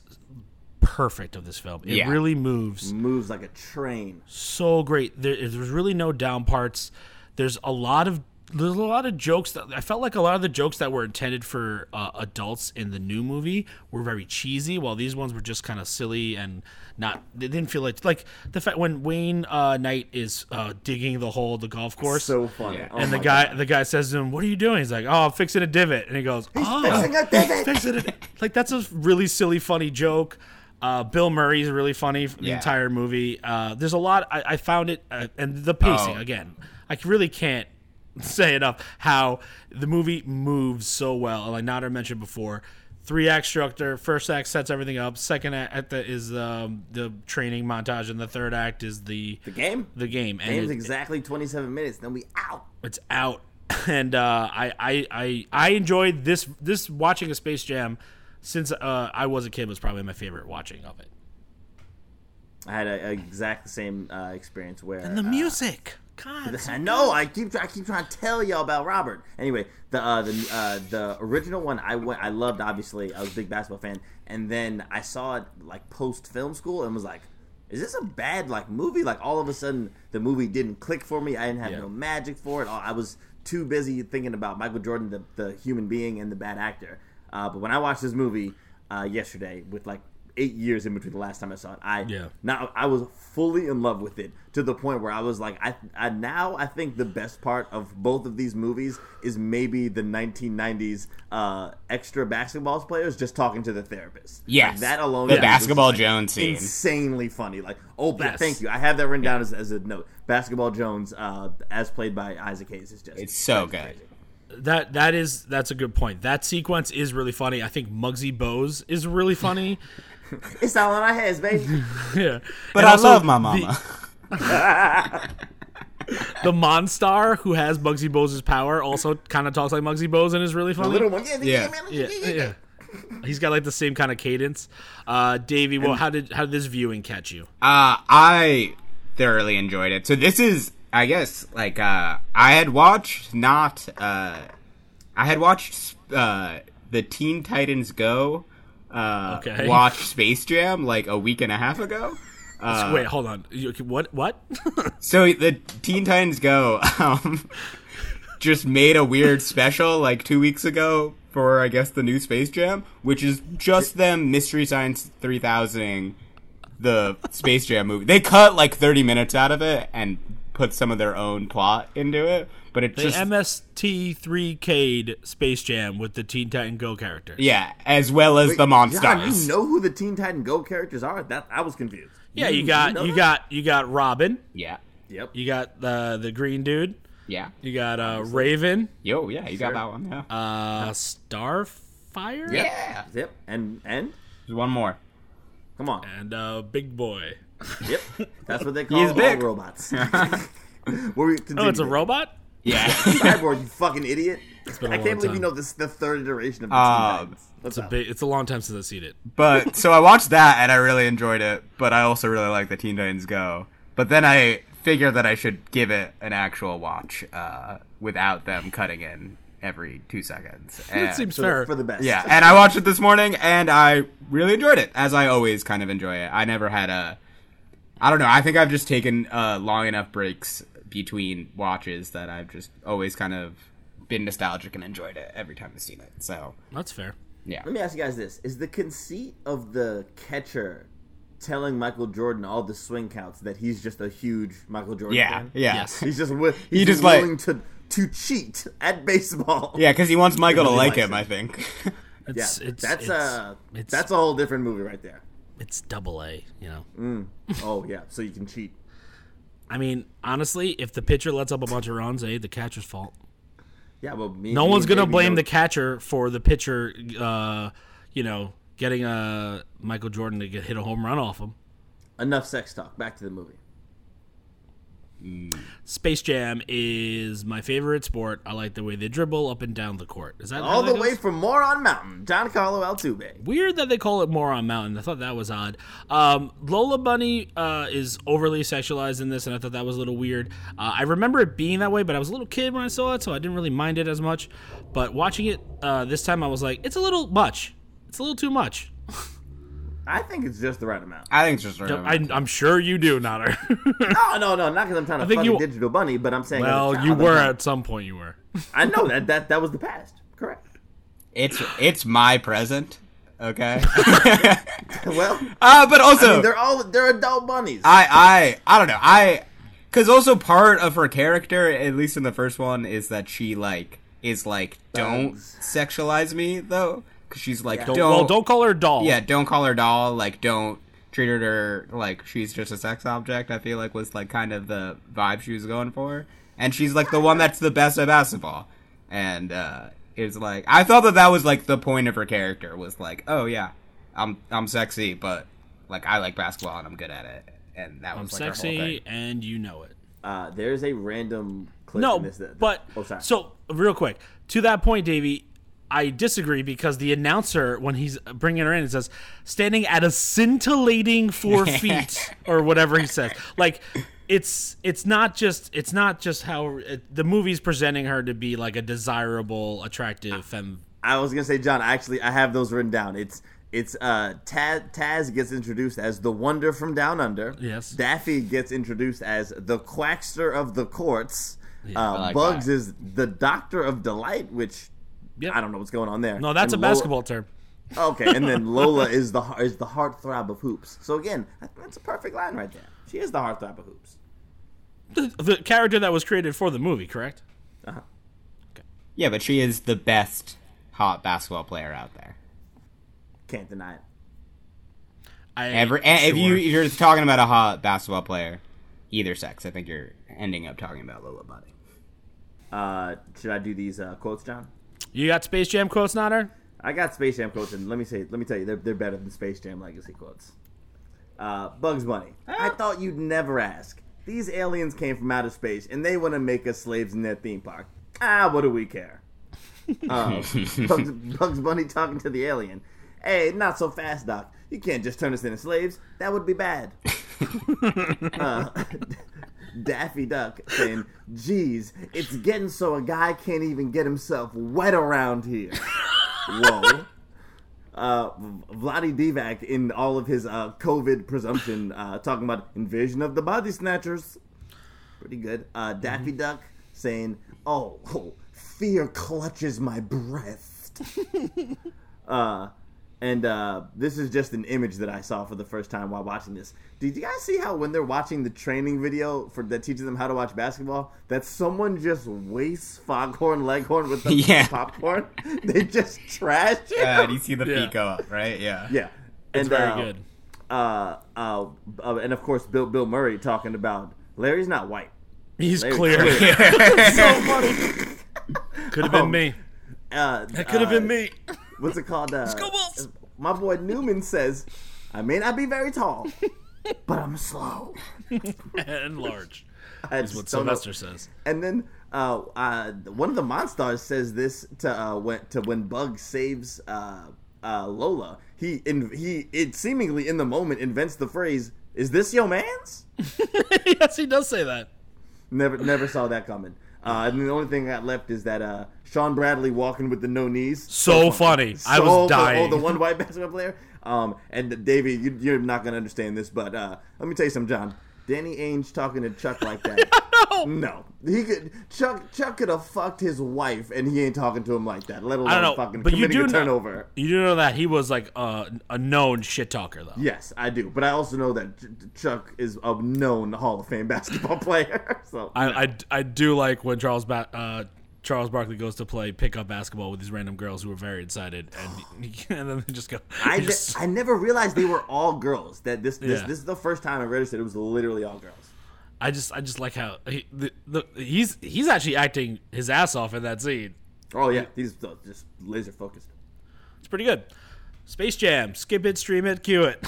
S2: perfect of this film. It
S4: Yeah.
S2: really moves
S3: Moves like a train.
S2: so great. There, there's really no down parts. There's a lot of there's a lot of jokes that I felt like a lot of the jokes that were intended for uh, adults in the new movie were very cheesy, while these ones were just kind of silly and not. They didn't feel like like the fact when Wayne uh, Knight is uh, digging the hole, of the golf course.
S3: So funny.
S4: Yeah.
S3: Oh
S2: and the
S3: my
S2: guy,
S3: God.
S2: the guy says to him, "What are you doing?" He's like, "Oh, I'm fixing a divot." And he goes, "Oh,
S3: fixing a divot."
S2: he's fixing a di-" Like that's a really silly, funny joke. Uh, Bill Murray's really funny for the
S4: Yeah.
S2: entire movie. Uh, there's a lot. I, I found it, uh, and the pacing
S4: Oh.
S2: again. I c- really can't say enough how the movie moves so well. And Like Nader mentioned before, three act structure. First act sets everything up. Second act at the, is um, the training montage, and the third act is the
S3: The game?
S2: the game. And
S3: Game's
S2: it,
S3: exactly 27 minutes, then we out.
S2: it's out and uh, I, I I I enjoyed this this watching a Space Jam since uh, I was a kid was probably my favorite watching of it.
S3: I had a, a exact same uh, experience where
S2: And the
S3: uh,
S2: music, God,
S3: I know. I keep I keep trying to tell y'all about Robert. Anyway, the uh, the uh, the original one I went I loved. Obviously, I was a big basketball fan, and then I saw it like post film school and was like, "Is this a bad like movie?" Like all of a sudden, the movie didn't click for me. I didn't have
S2: Yeah.
S3: no magic for it. I was too busy thinking about Michael Jordan, the, the human being and the bad actor. Uh, but when I watched this movie uh, yesterday, with like eight years in between the last time I saw it, I
S2: Yeah.
S3: now I was fully in love with it to the point where I was like, I, I now I think the best part of both of these movies is maybe the 1990s uh, extra basketball players just talking to the therapist.
S4: Yes.
S3: Like, that alone.
S4: The
S3: is just,
S4: basketball
S3: like,
S4: Jones scene.
S3: insanely funny. Like, oh, ba-
S2: Yes.
S3: thank you. I have that written down as, as a note. Basketball Jones, uh, as played by Isaac Hayes, is just
S4: It's so
S3: that's
S4: good.
S3: crazy.
S2: that that is that's a good point. That sequence is really funny. I think Muggsy Bowes is really funny.
S3: It's all in our heads, baby.
S2: yeah.
S4: But
S2: And
S4: I
S2: also
S4: love my
S2: the-
S4: mama.
S2: The, Monstar who has Muggsy Bowes' power also kind of talks like Muggsy Bowes and is really funny.
S3: the little one, yeah,
S4: Yeah.
S2: yeah, yeah. He's got like the same kind of cadence. Uh, Davey, well, how did how did this viewing catch you?
S4: Uh, I thoroughly enjoyed it. So this is, I guess, like uh, I had watched not, uh, I had watched uh, the Teen Titans Go, uh,
S2: Okay.
S4: watch Space Jam like a week and a half ago. Uh,
S2: Wait, hold on. You, what? What?
S4: So the Teen Titans Go um, just made a weird special like two weeks ago for I guess the new Space Jam, which is just them Mystery Science 3000ing the Space Jam movie. They cut like 30 minutes out of it and put some of their own plot into it, but it
S2: The
S4: just
S2: MST3K'd Space Jam with the Teen Titan Go character.
S4: yeah, as well as the
S3: John,
S4: monsters.
S3: you know who the Teen Titan Go characters are? That I was confused.
S2: Yeah, you got
S3: know
S2: you
S3: that?
S2: got you got Robin,
S4: yeah,
S3: Yep.
S2: you got the the green dude,
S4: yeah,
S2: you got uh Raven,
S4: yo, yeah, you got that one. Yeah,
S2: uh Starfire,
S4: yeah.
S3: Yep. And and
S4: There's one more.
S3: come on.
S2: and uh Big Boy.
S3: Yep. That's what they call
S4: He's
S3: all
S4: big.
S3: robots. Where we
S2: Oh, it's a
S3: robot.
S2: robot?
S4: Yeah.
S3: Cyborg, you fucking idiot.
S2: been a
S3: I
S2: long
S3: can't believe you
S2: time.
S3: know this is the third iteration of the
S4: Uh,
S3: Teen Titans. What's
S2: It's a
S3: up?
S2: big, it's a long time since I've seen it.
S4: But so I watched that and I really enjoyed it, but I also really like the Teen Titans Go. But then I figured that I should give it an actual watch uh, without them cutting in every two seconds. And,
S2: That seems
S3: So
S2: fair.
S3: for the best.
S4: yeah, and I watched it this morning and I really enjoyed it, as I always kind of enjoy it. I never had a, I don't know. I think I've just taken uh, long enough breaks between watches that I've just always kind of been nostalgic and enjoyed it every time I've seen it. So
S2: That's fair.
S4: yeah,
S3: Let me ask you guys this: Is the conceit of the catcher telling Michael Jordan all the swing counts that he's just a huge Michael Jordan?
S4: yeah,
S3: fan?
S4: yeah.
S2: Yes.
S3: He's just wi- he's
S4: just, like-
S3: willing to to cheat at baseball.
S4: Yeah, because he wants Michael to
S3: Really
S4: like
S3: likes
S4: him,
S3: it.
S4: I think.
S3: Yeah,
S2: It's, it's,
S3: that's
S2: it's,
S3: a
S2: it's-
S3: that's a whole different movie right there.
S2: it's double A, you know.
S3: Oh yeah, so you can cheat.
S2: Mm. I mean, honestly, if the pitcher lets up a bunch of runs, eh, the catcher's fault.
S3: Yeah, well, me,
S2: No
S3: me
S2: one's
S3: and
S2: gonna
S3: Davey
S2: blame
S3: know-
S2: the catcher for the pitcher, uh, you know, getting uh, Michael Jordan to get hit a home run off him.
S3: Enough sex talk. Back to the movie.
S2: Space Jam is my favorite sport. I like the way they dribble up and down the court. Is that how
S3: All
S2: that
S3: the way
S2: goes?
S3: from Moron Mountain, John Carlo Altuve.
S2: Weird that they call it Moron Mountain. I thought that was odd. Um, Lola Bunny uh, is overly sexualized in this, and I thought that was a little weird. Uh, I remember it being that way, but I was a little kid when I saw it, so I didn't really mind it as much. But watching it uh, this time, I was like, it's a little much. It's a little too much.
S3: I think it's just the right amount.
S4: I think it's just random.
S2: I, I'm sure you do, Nodder.
S3: No, no, no, not because I'm trying to
S2: think
S3: fuck a
S2: you-
S3: digital bunny, but I'm saying. as a
S2: well,
S3: child,
S2: you
S3: I'm
S2: were
S3: trying-
S2: at some point. You were.
S3: I know that that that was the past. Correct.
S4: it's it's my present, okay?
S3: Well,
S4: uh, but
S3: I
S4: also,
S3: mean, they're all they're adult bunnies.
S4: I, I I don't know. I because also part of her character, at least in the first one, is that she like is like don't
S3: Bugs.
S4: sexualize me though, because she's like
S3: Yeah.
S4: don't,
S2: well, don't call her a doll.
S4: yeah don't call her doll like don't treat her like she's just a sex object. I feel like was like kind of the vibe she was going for. and she's like the one that's the best at basketball, and uh, it's like I thought that that was like the point of her character was like, oh yeah, I'm I'm sexy, but like I like basketball and I'm good at it, and that
S2: I'm
S4: was like her whole
S2: sexy
S4: thing.
S2: and you know it.
S3: Uh, there's a random clip.
S2: No,
S3: in this that,
S2: but
S3: oh, sorry.
S2: so real quick to that point, Davey, I disagree because the announcer when he's bringing her in, it says standing at a scintillating four feet or whatever he says. Like it's it's not just it's not just how it, the movie's presenting her to be like a desirable, attractive femme.
S3: I was gonna say, John. Actually, I have those written down. It's it's uh Taz, Taz gets introduced as the Wonder from Down Under.
S2: Yes.
S3: Daffy gets introduced as the Quackster of the Courts. uh,
S4: like
S3: Bugs
S4: that.
S3: is the Doctor of Delight, which
S2: Yep.
S3: I don't know what's going on there.
S2: No, that's
S3: And
S2: a
S3: Lola-
S2: basketball term.
S3: Okay, and then Lola is the heart- is the heartthrob of hoops. So again, that's a perfect line right there. She is the heartthrob of hoops.
S2: The, the character that was created for the movie, correct?
S3: Uh-huh.
S4: Yeah, but she is the best hot basketball player out there.
S3: Can't deny it.
S2: I,
S4: Ever, and eh, if you
S2: sure.
S4: if you're talking about a hot basketball player, either sex, I think you're ending up talking about Lola Bunny.
S3: Uh, should I do these uh, quotes, John?
S2: you got Space Jam quotes, Nodder?
S3: I got Space Jam quotes, and let me say, let me tell you, they're, they're better than Space Jam Legacy quotes. Uh, Bugs Bunny, I thought you'd never ask. These aliens came from outer space, and they want to make us slaves in their theme park. Ah, what do we care? Uh, Bugs, Bugs Bunny talking to the alien. Hey, not so fast, Doc. You can't just turn us into slaves. That would be bad. uh, Daffy Duck saying, "Geez, it's getting so a guy can't even get himself wet around here." Whoa. Uh, Vladi Divac in all of his uh, COVID presumption uh, talking about invasion of the body snatchers. Pretty good. Uh, Daffy Duck saying, oh, oh, fear clutches my breast. uh, and uh, this is just an image that I saw for the first time while watching this. Did you guys see how when they're watching the training video for that teaches them how to watch basketball, that someone just wastes Foghorn Leghorn with the
S4: Yeah.
S3: popcorn? They just trash it.
S4: Yeah, Uh, you see the
S2: Yeah.
S4: feet go up, right? Yeah.
S3: Yeah,
S2: It's
S3: and
S2: very
S3: uh,
S2: good.
S3: Uh, uh, uh, and of course, Bill Bill Murray talking about Larry's not white.
S2: He's
S3: Larry's
S2: clear.
S3: so funny.
S2: Could have been
S3: Um,
S2: me.
S3: Uh,
S2: That could have been me.
S3: What's it called? Uh,
S2: go, Wolves!
S3: my boy Newman says, "I may not be very tall, but I'm slow."
S2: and large.
S3: I
S2: Is what
S3: just don't know.
S2: Sylvester says.
S3: And then uh, uh, one of the monsters says this to uh, when to when Bug saves uh, uh, Lola. He in, he it seemingly in the moment invents the phrase, "Is this your man's?"
S2: yes, he does say that.
S3: Never never saw that coming. Uh, and the only thing I got left is that uh, Sean Bradley walking with the no knees.
S2: So funny. I was
S3: So-
S2: dying.
S3: Oh, the one white basketball player. Um, and Davey, you, you're not gonna understand this, but uh, let me tell you something, John. Danny Ainge talking to Chuck like that. no, no, he could. Chuck Chuck could have fucked his wife, and he ain't talking to him like that. Let alone
S2: I don't know,
S3: fucking
S2: but you
S3: committing
S2: do
S3: a
S2: know-
S3: turnover.
S2: You do know that he was like a, a known shit talker, though.
S3: Yes, I do, but I also know that Ch- Ch- Chuck is a known Hall of Fame basketball player. So
S2: I, I, I do like when Charles ba- uh, Charles Barkley goes to play pickup basketball with these random girls who are very excited, and, and then they just go.
S3: I,
S2: they
S3: ne-
S2: just-
S3: I never realized they were all girls. That this this,
S2: Yeah.
S3: this is the first time I registered. It was literally all girls.
S2: I just I just like how he, the, the, he's he's actually acting his ass off in that scene.
S3: Oh yeah, these are just laser focused.
S2: It's pretty good. Space Jam, skip it, stream it, cue it.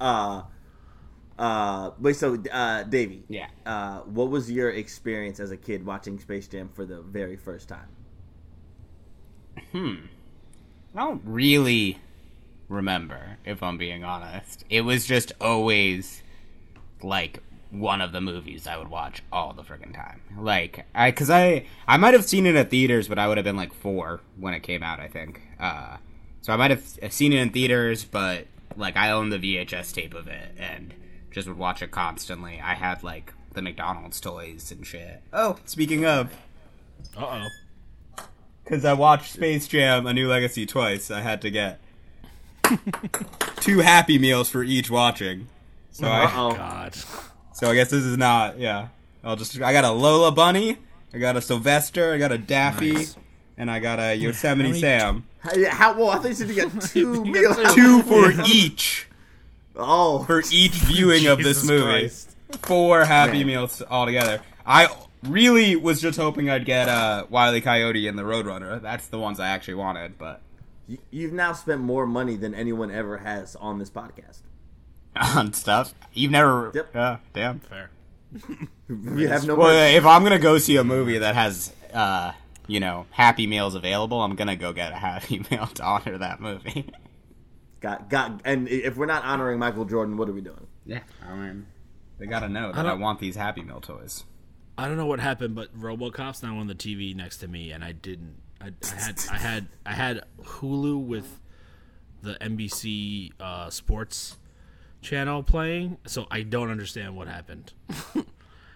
S3: Uh, wait, so uh, Davey,
S4: Yeah.
S3: uh, what was your experience as a kid watching Space Jam for the very first time?
S4: I don't really remember, if I'm being honest. It was just always like one of the movies I would watch all the freaking time. Like I, cause I, I might have seen it at theaters, but I would have been like four when it came out. I think. Uh, so I might have seen it in theaters, but like I owned the VHS tape of it and just would watch it constantly. I had like the McDonald's toys and shit. Oh, speaking of,
S2: Uh oh.
S4: because I watched Space Jam: A New Legacy twice. I had to get two Happy Meals for each watching. So I,
S3: Oh,
S2: God.
S4: so I guess this is not. Yeah, I'll just. I got a Lola Bunny. I got a Sylvester. I got a Daffy, and I got a Yosemite
S2: many-
S4: Sam.
S3: how, yeah, how well I thought you said you got two
S2: You got
S3: meals.
S4: Two for each
S3: Oh,
S4: for each viewing of this
S2: Jesus
S4: movie.
S2: Christ.
S4: four Happy Meals altogether. I really was just hoping I'd get uh, Wiley Coyote and the Roadrunner. That's the ones I actually wanted, but
S3: You, you've now spent more money than anyone ever has on this podcast.
S4: on stuff you've never.
S3: Yep.
S4: Yeah, damn.
S2: Fair.
S3: We have no
S4: Well, uh,
S3: money.
S4: if I'm gonna go see a movie that has, uh, you know, Happy Meals available, I'm gonna go get a Happy Meal to honor that movie.
S3: Got, got, and if we're not honoring Michael Jordan, what are we doing?
S4: Yeah, I mean, they gotta know
S2: I
S4: that I,
S2: don't-
S4: want these Happy Meal toys.
S2: I don't know what happened, but RoboCop's now on the TV next to me, and I didn't. I, I had I had I had Hulu with the NBC uh, Sports channel playing, so I don't understand what happened.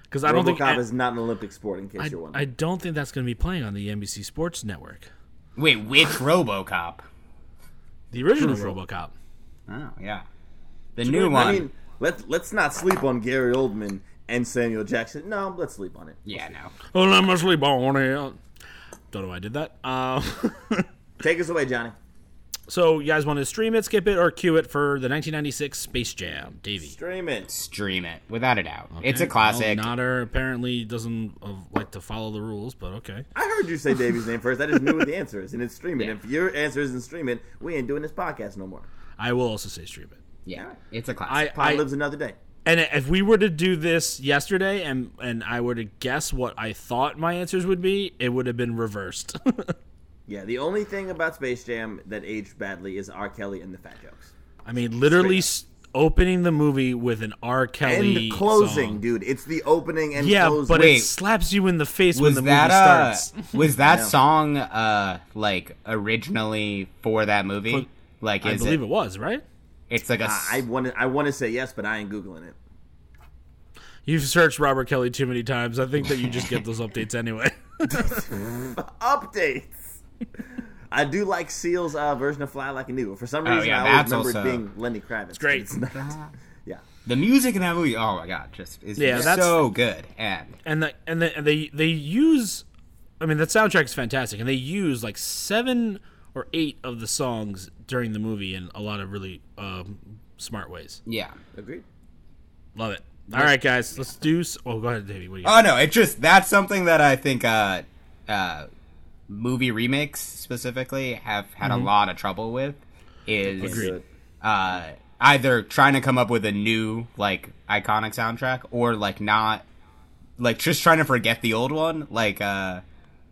S2: Because I don't think
S3: RoboCop
S2: I,
S3: is not an Olympic sport, in case
S2: I,
S3: you're wondering.
S2: I don't think that's going to be playing on the NBC Sports Network.
S4: Wait, which RoboCop?
S2: The original RoboCop.
S4: Oh yeah, the new one.
S3: I mean, let let's not sleep on Gary Oldman and Samuel Jackson. No, let's sleep on it.
S4: yeah, no.
S2: Oh, let me sleep on it. Don't know why I did that. Um,
S3: Take us away, Johnny.
S2: so you guys want to stream it, skip it, or cue it for the 1996 Space Jam, Davey?
S3: Stream it.
S4: Stream it without a doubt. It's a
S2: Okay,
S4: classic.
S2: Well, Nodder apparently doesn't uh, like to follow the rules, but okay.
S3: I heard you say Davey's name first. I just knew what the answer is, and it's streaming. If your answer isn't streaming, we ain't doing this podcast no more.
S2: I will also say stream it.
S4: yeah, it's a
S2: I,
S4: classic.
S3: Pod
S2: I
S3: lives another day.
S2: and if we were to do this yesterday, and and I were to guess what I thought my answers would be, it would have been reversed.
S3: Yeah, the only thing about Space Jam that aged badly is R. Kelly and the fat jokes.
S2: I mean, literally s- opening the movie with an R.
S3: And
S2: Kelly
S3: the closing,
S2: song.
S3: dude. It's the opening and
S2: Yeah,
S3: closing.
S2: but
S4: Wait.
S2: it slaps you in the face when
S4: was
S2: the movie
S4: that uh,
S2: starts.
S4: was that song uh like originally for that movie?
S2: For-
S4: like,
S2: I
S4: is
S2: believe
S4: it,
S2: it was right.
S4: It's like a. s-
S3: I want to. I want to say yes, but I ain't googling it.
S2: You've searched Robert Kelly too many times. I think that you just get those updates anyway.
S3: Updates. I do like Seal's uh, version of "Fly Like an Eagle." For some
S4: Oh,
S3: reason,
S4: yeah,
S3: I always
S4: that's
S3: remember it
S4: also-
S3: being Lenny Kravitz. It's
S2: great.
S3: It's not. Yeah.
S4: the music in that movie. Oh my god, just is
S2: Yeah, that's-
S4: so good. And
S2: and the, and, the, and they they use i mean that soundtrack is fantastic and they use like seven or eight of the songs during the movie in a lot of really um, smart ways
S4: yeah.
S3: Agreed.
S2: love it all right guys let's do s- oh go ahead davey what do you
S4: Oh no, it just that's something that I think uh uh movie remakes specifically have had a lot of trouble with is
S2: Mm-hmm. Agreed.
S4: uh either trying to come up with a new like iconic soundtrack or like not like just trying to forget the old one like uh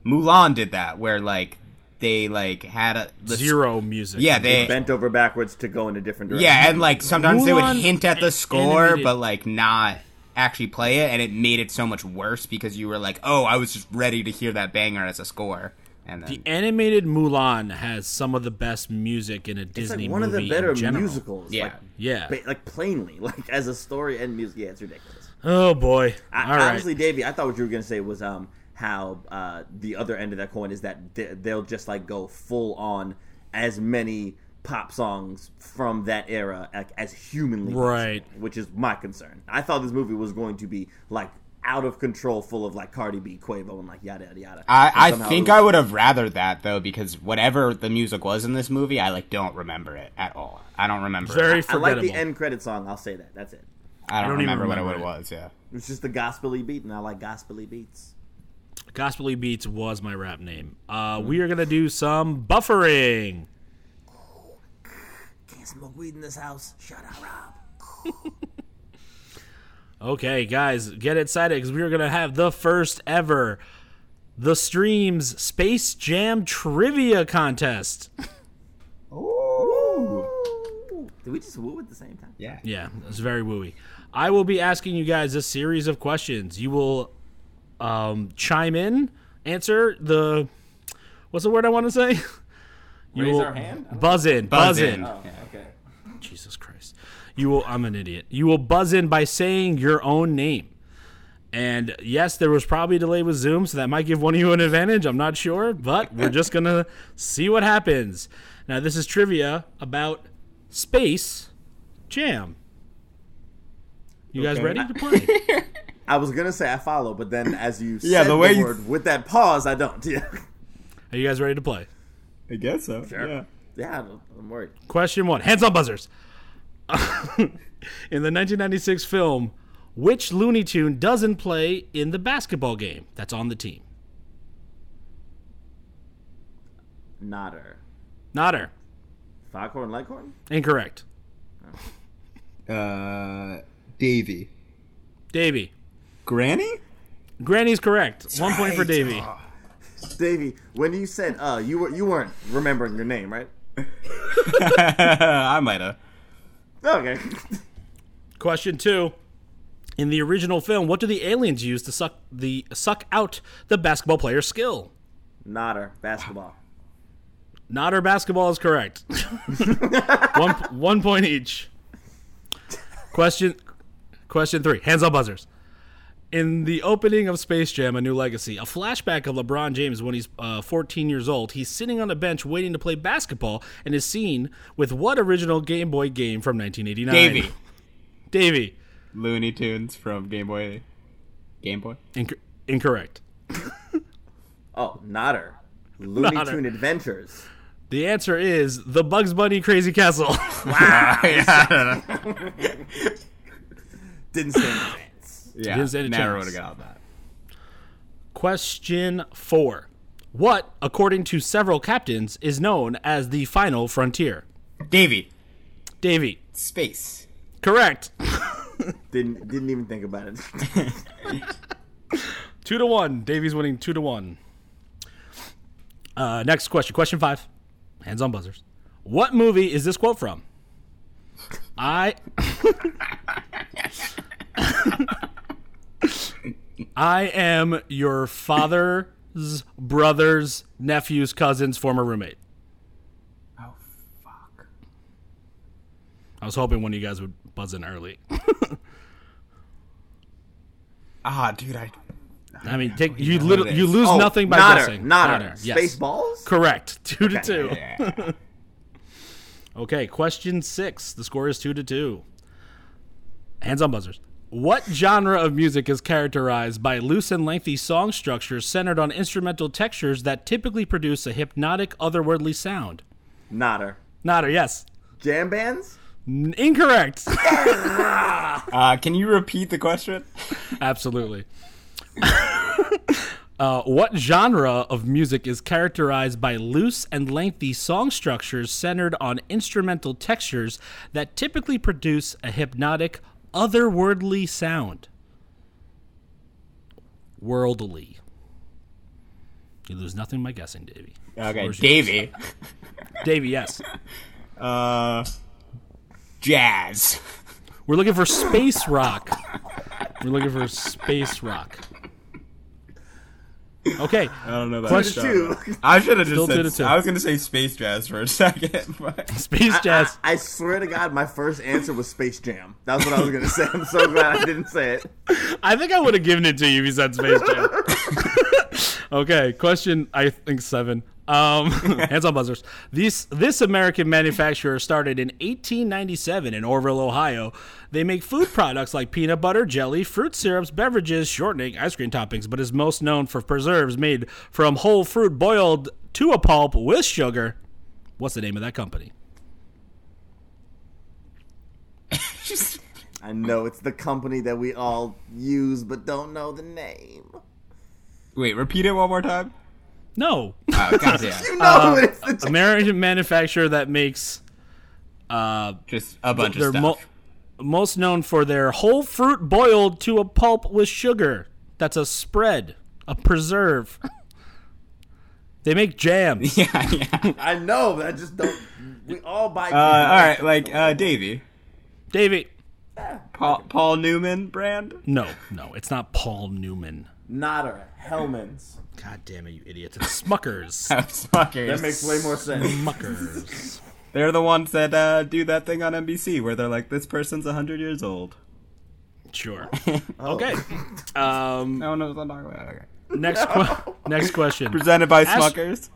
S4: Mulan did that where like they like had a the,
S2: zero music
S4: yeah they
S3: Bent over backwards to go in a different direction.
S4: Eh. yeah, and like sometimes they would
S2: Mulan
S4: hint at the
S2: an-
S4: score,
S2: animated-
S4: but like not actually play it, and it made it so much worse because you were like, "Oh, I was just ready to hear that banger as a score." And then,
S2: the animated mulan has some of the best music in a
S3: It's
S2: disney
S3: like one of
S2: movie
S3: the better
S2: in general.
S3: musicals.
S4: yeah,
S3: Like,
S2: yeah
S3: ba- like plainly, like as a story and music. Yeah, it's ridiculous.
S2: oh boy
S3: I,
S2: all right
S3: Honestly, Davey, I thought what you were gonna say was um how uh, the other end of that coin is that they- they'll just like go full on as many pop songs from that era like, as humanly possible,
S2: Right.
S3: which is my concern. I thought this movie was going to be like out of control, full of like Cardi B, Quavo, and like yada yada yada.
S4: I, I
S3: And somehow
S4: think
S3: it was-
S4: I would have rathered that though because whatever the music was in this movie, I like don't remember it at all. I don't remember.
S2: very
S4: it.
S3: I like
S2: forgettable
S3: the end credit song. I'll say that. That's it.
S4: I don't,
S2: don't even
S4: remember, what it
S2: remember it.
S4: was. Yeah.
S3: It's just the gospely beat, and I like gospely beats.
S2: gospel E beats was my rap name uh, we are gonna do some buffering
S3: Can't smoke weed in this house. Shut up, Rob.
S2: Okay, guys, get excited because we are going to have the first ever The Streams Space Jam Trivia Contest.
S3: Did we just woo at the same time?
S4: Yeah.
S2: Yeah, it's very wooey. I will be asking you guys a series of questions. You will um, chime in, answer the. What's the word I want to say? You
S3: Raise
S2: will
S3: our hand?
S2: Buzz in. Buzz, in.
S3: Okay.
S2: Jesus Christ. You will I'm an idiot. You will buzz in by saying your own name. And yes, there was probably a delay with Zoom, so that might give one of you an advantage. I'm not sure, but we're just going to see what happens. Now, this is trivia about Space Jam. You guys ready to play?
S3: I was gonna say I follow, but then as you
S4: Yeah,
S3: said
S4: the way
S3: the
S4: you-
S3: word with that pause, I don't. Yeah,
S2: Are you guys ready to play?
S4: I guess so. Yeah.
S3: yeah, I don't- I'm worried.
S2: Question one Hands on buzzers. In the 1996 film, Which Looney Tune doesn't play in the basketball game that's on the team?
S3: Nodder.
S2: Nodder.
S3: Foghorn Leghorn?
S2: Incorrect.
S4: Uh, Davy.
S2: Davy.
S4: Granny?
S2: Granny's correct. One point for Davy.
S3: Davey, when you said uh you were you weren't remembering your name, right?
S4: I might have.
S3: Okay.
S2: Question two. In the original film, what do the aliens use to suck the suck out the basketball player's skill?
S3: Nodder, basketball.
S2: Nodder basketball is correct. one one point each. Question question three. Hands up buzzers. In the opening of Space Jam: A New Legacy, a flashback of LeBron James when he's uh, 14 years old, he's sitting on a bench waiting to play basketball, and is seen with what original Game Boy game from 1989?
S4: Davy.
S2: Davy.
S4: Looney Tunes from Game Boy. Game Boy?
S2: Inc- incorrect.
S3: Oh, Nodder. Looney
S2: Nodder.
S3: Tune Adventures.
S2: The answer is the Bugs Bunny Crazy Castle.
S3: Didn't say anything.
S4: Yeah,
S2: Didn't stand a
S4: never
S2: chance.
S4: would have got that.
S2: Question four. What, according to several captains, is known as the final frontier?
S4: Davy.
S2: Davy.
S4: Space.
S2: Correct.
S3: Didn't didn't even think about it.
S2: two to one. Davy's winning two to one. Uh, next question. Question five. Hands on buzzers. What movie is this quote from? I. I am your father's brother's nephew's cousin's former roommate.
S4: Oh, fuck.
S2: I was hoping one of you guys would buzz in early.
S4: Ah, dude, I.
S2: I mean, take you
S4: know
S2: literally
S4: this.
S2: you lose
S3: Oh,
S2: nothing by
S3: Nodder,
S2: guessing.
S3: Nodder.
S2: yes.
S3: Spaceballs?
S2: Correct. Two to two.
S4: Yeah.
S2: Okay, question six. The score is two to two. Hands on buzzers. What genre of music is characterized by loose and lengthy song structures centered on instrumental textures that typically produce a hypnotic, otherworldly sound?
S3: Nodder.
S2: Nodder, yes.
S3: Jam bands?
S2: N- incorrect.
S4: Uh, can you repeat the question?
S2: Absolutely. uh, what genre of music is characterized by loose and lengthy song structures centered on instrumental textures that typically produce a hypnotic, otherworldly sound? Worldly. You lose nothing by guessing, Davy.
S4: Okay,
S2: Where's yours?
S4: Davy.
S2: Davy, yes.
S4: Uh, jazz.
S2: We're looking for space rock. We're looking for space rock. Okay.
S3: Uh,
S4: I don't know that.
S2: Question
S4: genre. I should have
S2: Still
S4: just
S2: two
S4: said.
S2: to two.
S4: I was gonna say space jazz for a second, but
S2: Space jazz.
S3: I swear to God, my first answer was Space Jam. That's what I was gonna say. I'm so glad I didn't say it.
S2: I think I would have given it to you if you said Space Jam. okay, question I think seven. Um, hands on buzzers. These this American manufacturer started in 1897 in Orville, Ohio. They make food products like peanut butter, jelly, fruit syrups, beverages, shortening, ice cream toppings, but is most known for preserves made from whole fruit boiled to a pulp with sugar. What's the name of that company?
S3: I know it's the company that we all use but don't know the name.
S4: wait, repeat it one more time.
S2: No,
S4: Oh, goddamn.
S3: You know it's the
S2: American manufacturer that makes
S4: just a bunch of
S2: They're
S4: stuff.
S2: mo- most known for their whole fruit boiled to a pulp with sugar. That's a spread, a preserve. they make jams.
S4: yeah, yeah.
S3: I know, but I just don't. We all buy.
S4: Uh, all right, like uh, Davy.
S2: Davey,
S4: Paul, Paul Newman brand.
S2: no, no, it's not Paul Newman.
S3: Nodder, Hellman's.
S2: God damn it, you idiots! It's Smuckers.
S4: I'm fuckers.
S3: That makes way more sense.
S2: Smuckers.
S4: They're the ones that uh, do that thing on NBC where they're like, "This person's hundred years old."
S2: Sure. Okay. Um,
S4: No one knows what I'm talking about. Okay.
S2: next que- next question.
S4: Presented by
S2: Ask-
S4: Smuckers.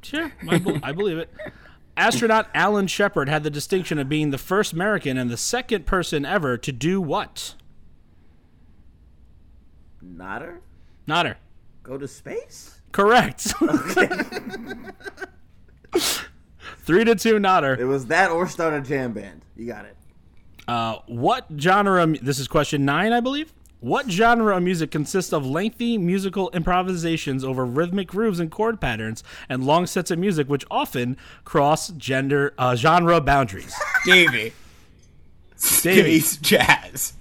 S2: Sure, I, bel I believe it. Astronaut Alan Shepard had the distinction of being the first American and the second person ever to do what?
S3: Nodder,
S2: Nodder.
S3: go to space.
S2: Correct. Three to two,
S3: It
S2: Nodder.
S3: was that or start a jam band. You got it.
S2: Uh, what genre? This is question nine, I believe. What genre of music consists of lengthy musical improvisations over rhythmic grooves and chord patterns, and long sets of music which often cross gender uh, genre boundaries?
S4: Davey. Space jazz.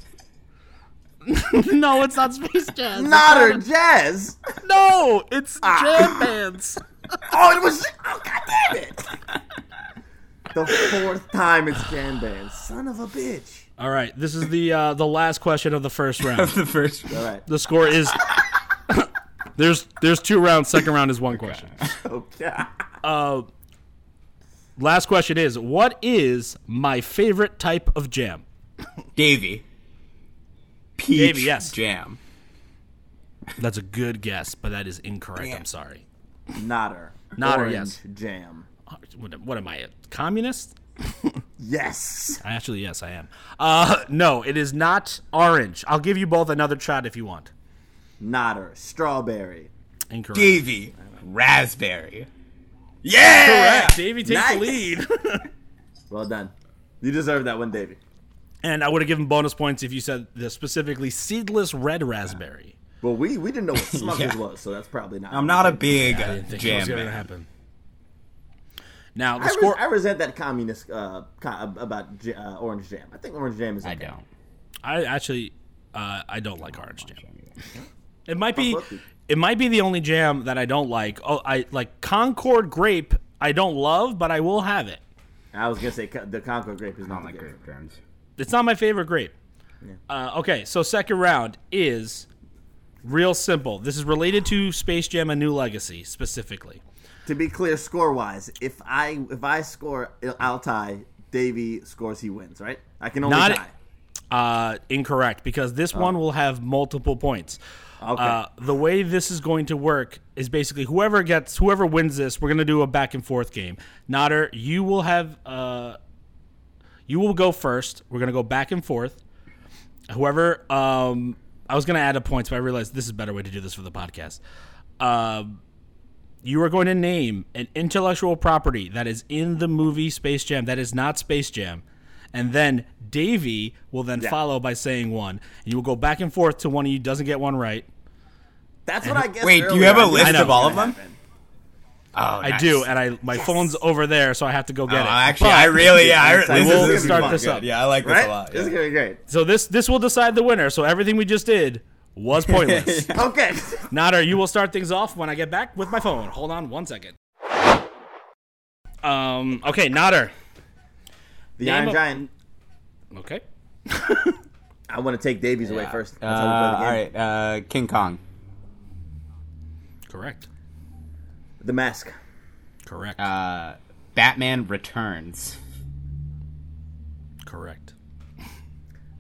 S2: no, it's not space jazz.
S3: Not her jazz.
S2: No, it's jam bands.
S3: Oh, it was. Oh, god damn it! The fourth time it's jam band. Son of a bitch.
S2: All right, this is the uh, the last question of the first round.
S4: The first.
S3: All right.
S2: The score is there's there's two rounds. Second round is one question.
S3: Okay.
S2: Last question is what is my favorite type of jam?
S4: Davey. Peach
S2: Davey, yes.
S4: jam.
S2: That's a good guess, but that is incorrect. I'm sorry.
S3: Not her.
S2: Not her,
S3: Orange
S2: yes.
S3: Jam.
S2: What, what am I, a communist?
S3: Yes.
S2: I actually, yes, I am. Uh, no, it is not orange. I'll give you both another shot if you want.
S3: Not her. Strawberry.
S2: Incorrect.
S4: Davey. Raspberry. Yeah!
S2: Correct. Davey takes
S3: Nice.
S2: the lead.
S3: Well done. You deserve that one, Davey.
S2: and I would have given bonus points if you said the specifically seedless red raspberry.
S3: Well, we we didn't know what Smuckers
S4: Yeah.
S3: was, so that's probably not.
S4: I'm not a big
S2: Think it
S4: jam
S2: was gonna
S4: man.
S2: happen. Now, the
S3: I,
S2: score.
S3: res- I resent that communist uh, co- about j- uh, orange jam. I think orange jam is.
S4: I
S3: okay.
S4: don't.
S2: I actually uh, I don't like orange jam. It might be
S3: Fuck with you.
S2: it might be the only jam that I don't like. Oh, I like Concord grape. I don't love, but I will have it.
S3: I was gonna say co- the Concord grape is
S4: I
S3: not
S4: don't like
S3: good.
S4: grape germs.
S2: It's not my favorite grape. Uh, okay, so second round is real simple. This is related to Space Jam: A New Legacy specifically.
S3: To be clear, score wise, if I if I score, I'll tie. Davey scores, he wins. Right? I can only
S2: Not-
S3: tie.
S2: Uh, incorrect because
S3: Oh.
S2: this one will have multiple points.
S3: Okay.
S2: Uh, the way this is going to work is basically whoever gets whoever wins this, we're gonna do a back and forth game. Nader, you will have uh, you will go first. We're gonna go back and forth. Whoever um, I was gonna add up points, but I realized this is a better way to do this for the podcast. Um, you are going to name an intellectual property that is in the movie Space Jam that is not Space Jam. And then Davey will then follow by saying one. And you will go back and forth till one of you doesn't get one right.
S3: That's what I guess.
S4: Wait, do you have a list
S2: know.
S4: of all of them? Oh,
S2: I do, and I my phone's over there, so I have to go
S4: Oh,
S2: get it.
S4: actually,
S2: But-
S4: I really, yeah, I,
S3: Yes, I
S4: this
S2: will
S4: is, this is
S2: start
S4: fun.
S2: this
S4: Good.
S2: up.
S4: Yeah, I like this
S3: Right?
S4: a lot.
S3: This is
S4: yeah.
S3: gonna be great.
S2: so this this will decide the winner. So everything we just did was pointless.
S3: Okay.
S2: Nader, you will start things off when I get back with my phone. Hold on one second. Um. Okay, Nader.
S3: the
S2: Name
S3: Iron
S2: of-
S3: Giant.
S2: Okay.
S3: I want to take Davies away
S4: Yeah.
S3: first. That's how we
S4: Uh,
S3: play
S4: all
S3: the game.
S4: right, uh, King Kong.
S2: Correct.
S3: The mask.
S2: Correct.
S4: Uh, Batman Returns.
S2: Correct.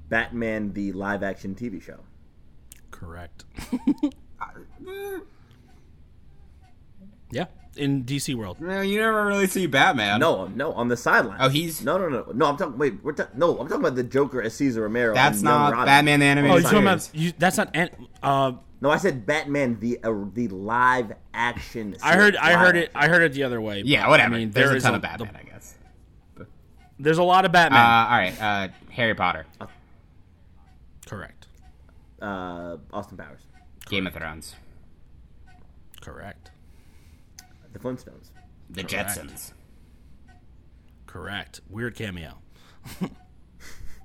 S3: Batman, the live action TV show.
S2: Correct. yeah, in DC world.
S4: No, you never really see Batman.
S3: No, no, on the sideline.
S4: Um, Oh, he's-
S3: no, no, no, no. I'm talking. Wait, we're ta- no. I'm talking about the Joker as Caesar Romero.
S4: That's
S3: and Young
S4: not
S3: Robin.
S4: Batman the animated
S2: Oh, you're talking
S4: series.
S2: about you, that's not. an- Uh,
S3: No, I said Batman the uh, the live action.
S2: I heard.
S3: series.
S2: I heard
S3: Live
S2: it. I heard it the other way.
S4: Yeah,
S2: but,
S4: whatever.
S2: I mean,
S4: There's
S2: there
S4: a
S2: is
S4: ton of
S2: the-
S4: Batman, I guess.
S2: there's a lot of
S4: Uh,
S2: Batman.
S4: all right, uh, Harry Potter,
S2: correct.
S3: action. Uh, Austin Powers,
S4: Game of Thrones,
S2: Correct.
S3: The Flintstones,
S4: The
S2: Correct.
S4: Jetsons.
S2: Correct. Weird cameo.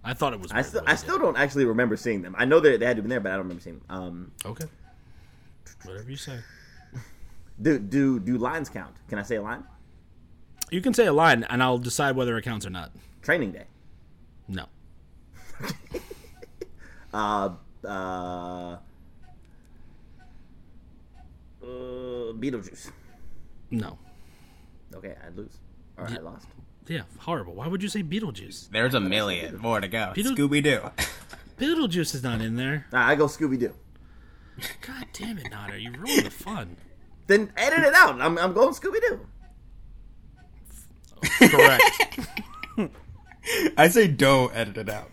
S2: I thought it was.
S3: I
S2: weird
S3: still
S2: the way
S3: I
S2: they
S3: still
S2: did
S3: don't actually remember seeing them. I know they they had to be there, but I don't remember seeing them. Um,
S2: it. Okay. Whatever you say.
S3: do do do lines count? Can I say a line?
S2: You can say a line, and I'll decide whether it counts or not.
S3: Training Day.
S2: No.
S3: Uh, uh, uh uh, Beetlejuice.
S2: No.
S3: Okay, I lose. All right, I lost.
S2: Yeah, horrible. Why would you say Beetlejuice?
S4: There's a million more to go.
S2: Beetle-
S4: Scooby Doo.
S2: Beetlejuice is not in there.
S3: All right, I go Scooby Doo.
S2: God damn it, Nada. You ruined the fun.
S3: Then edit it out. I'm, I'm going Scooby Doo.
S2: Correct.
S4: I say don't edit it out.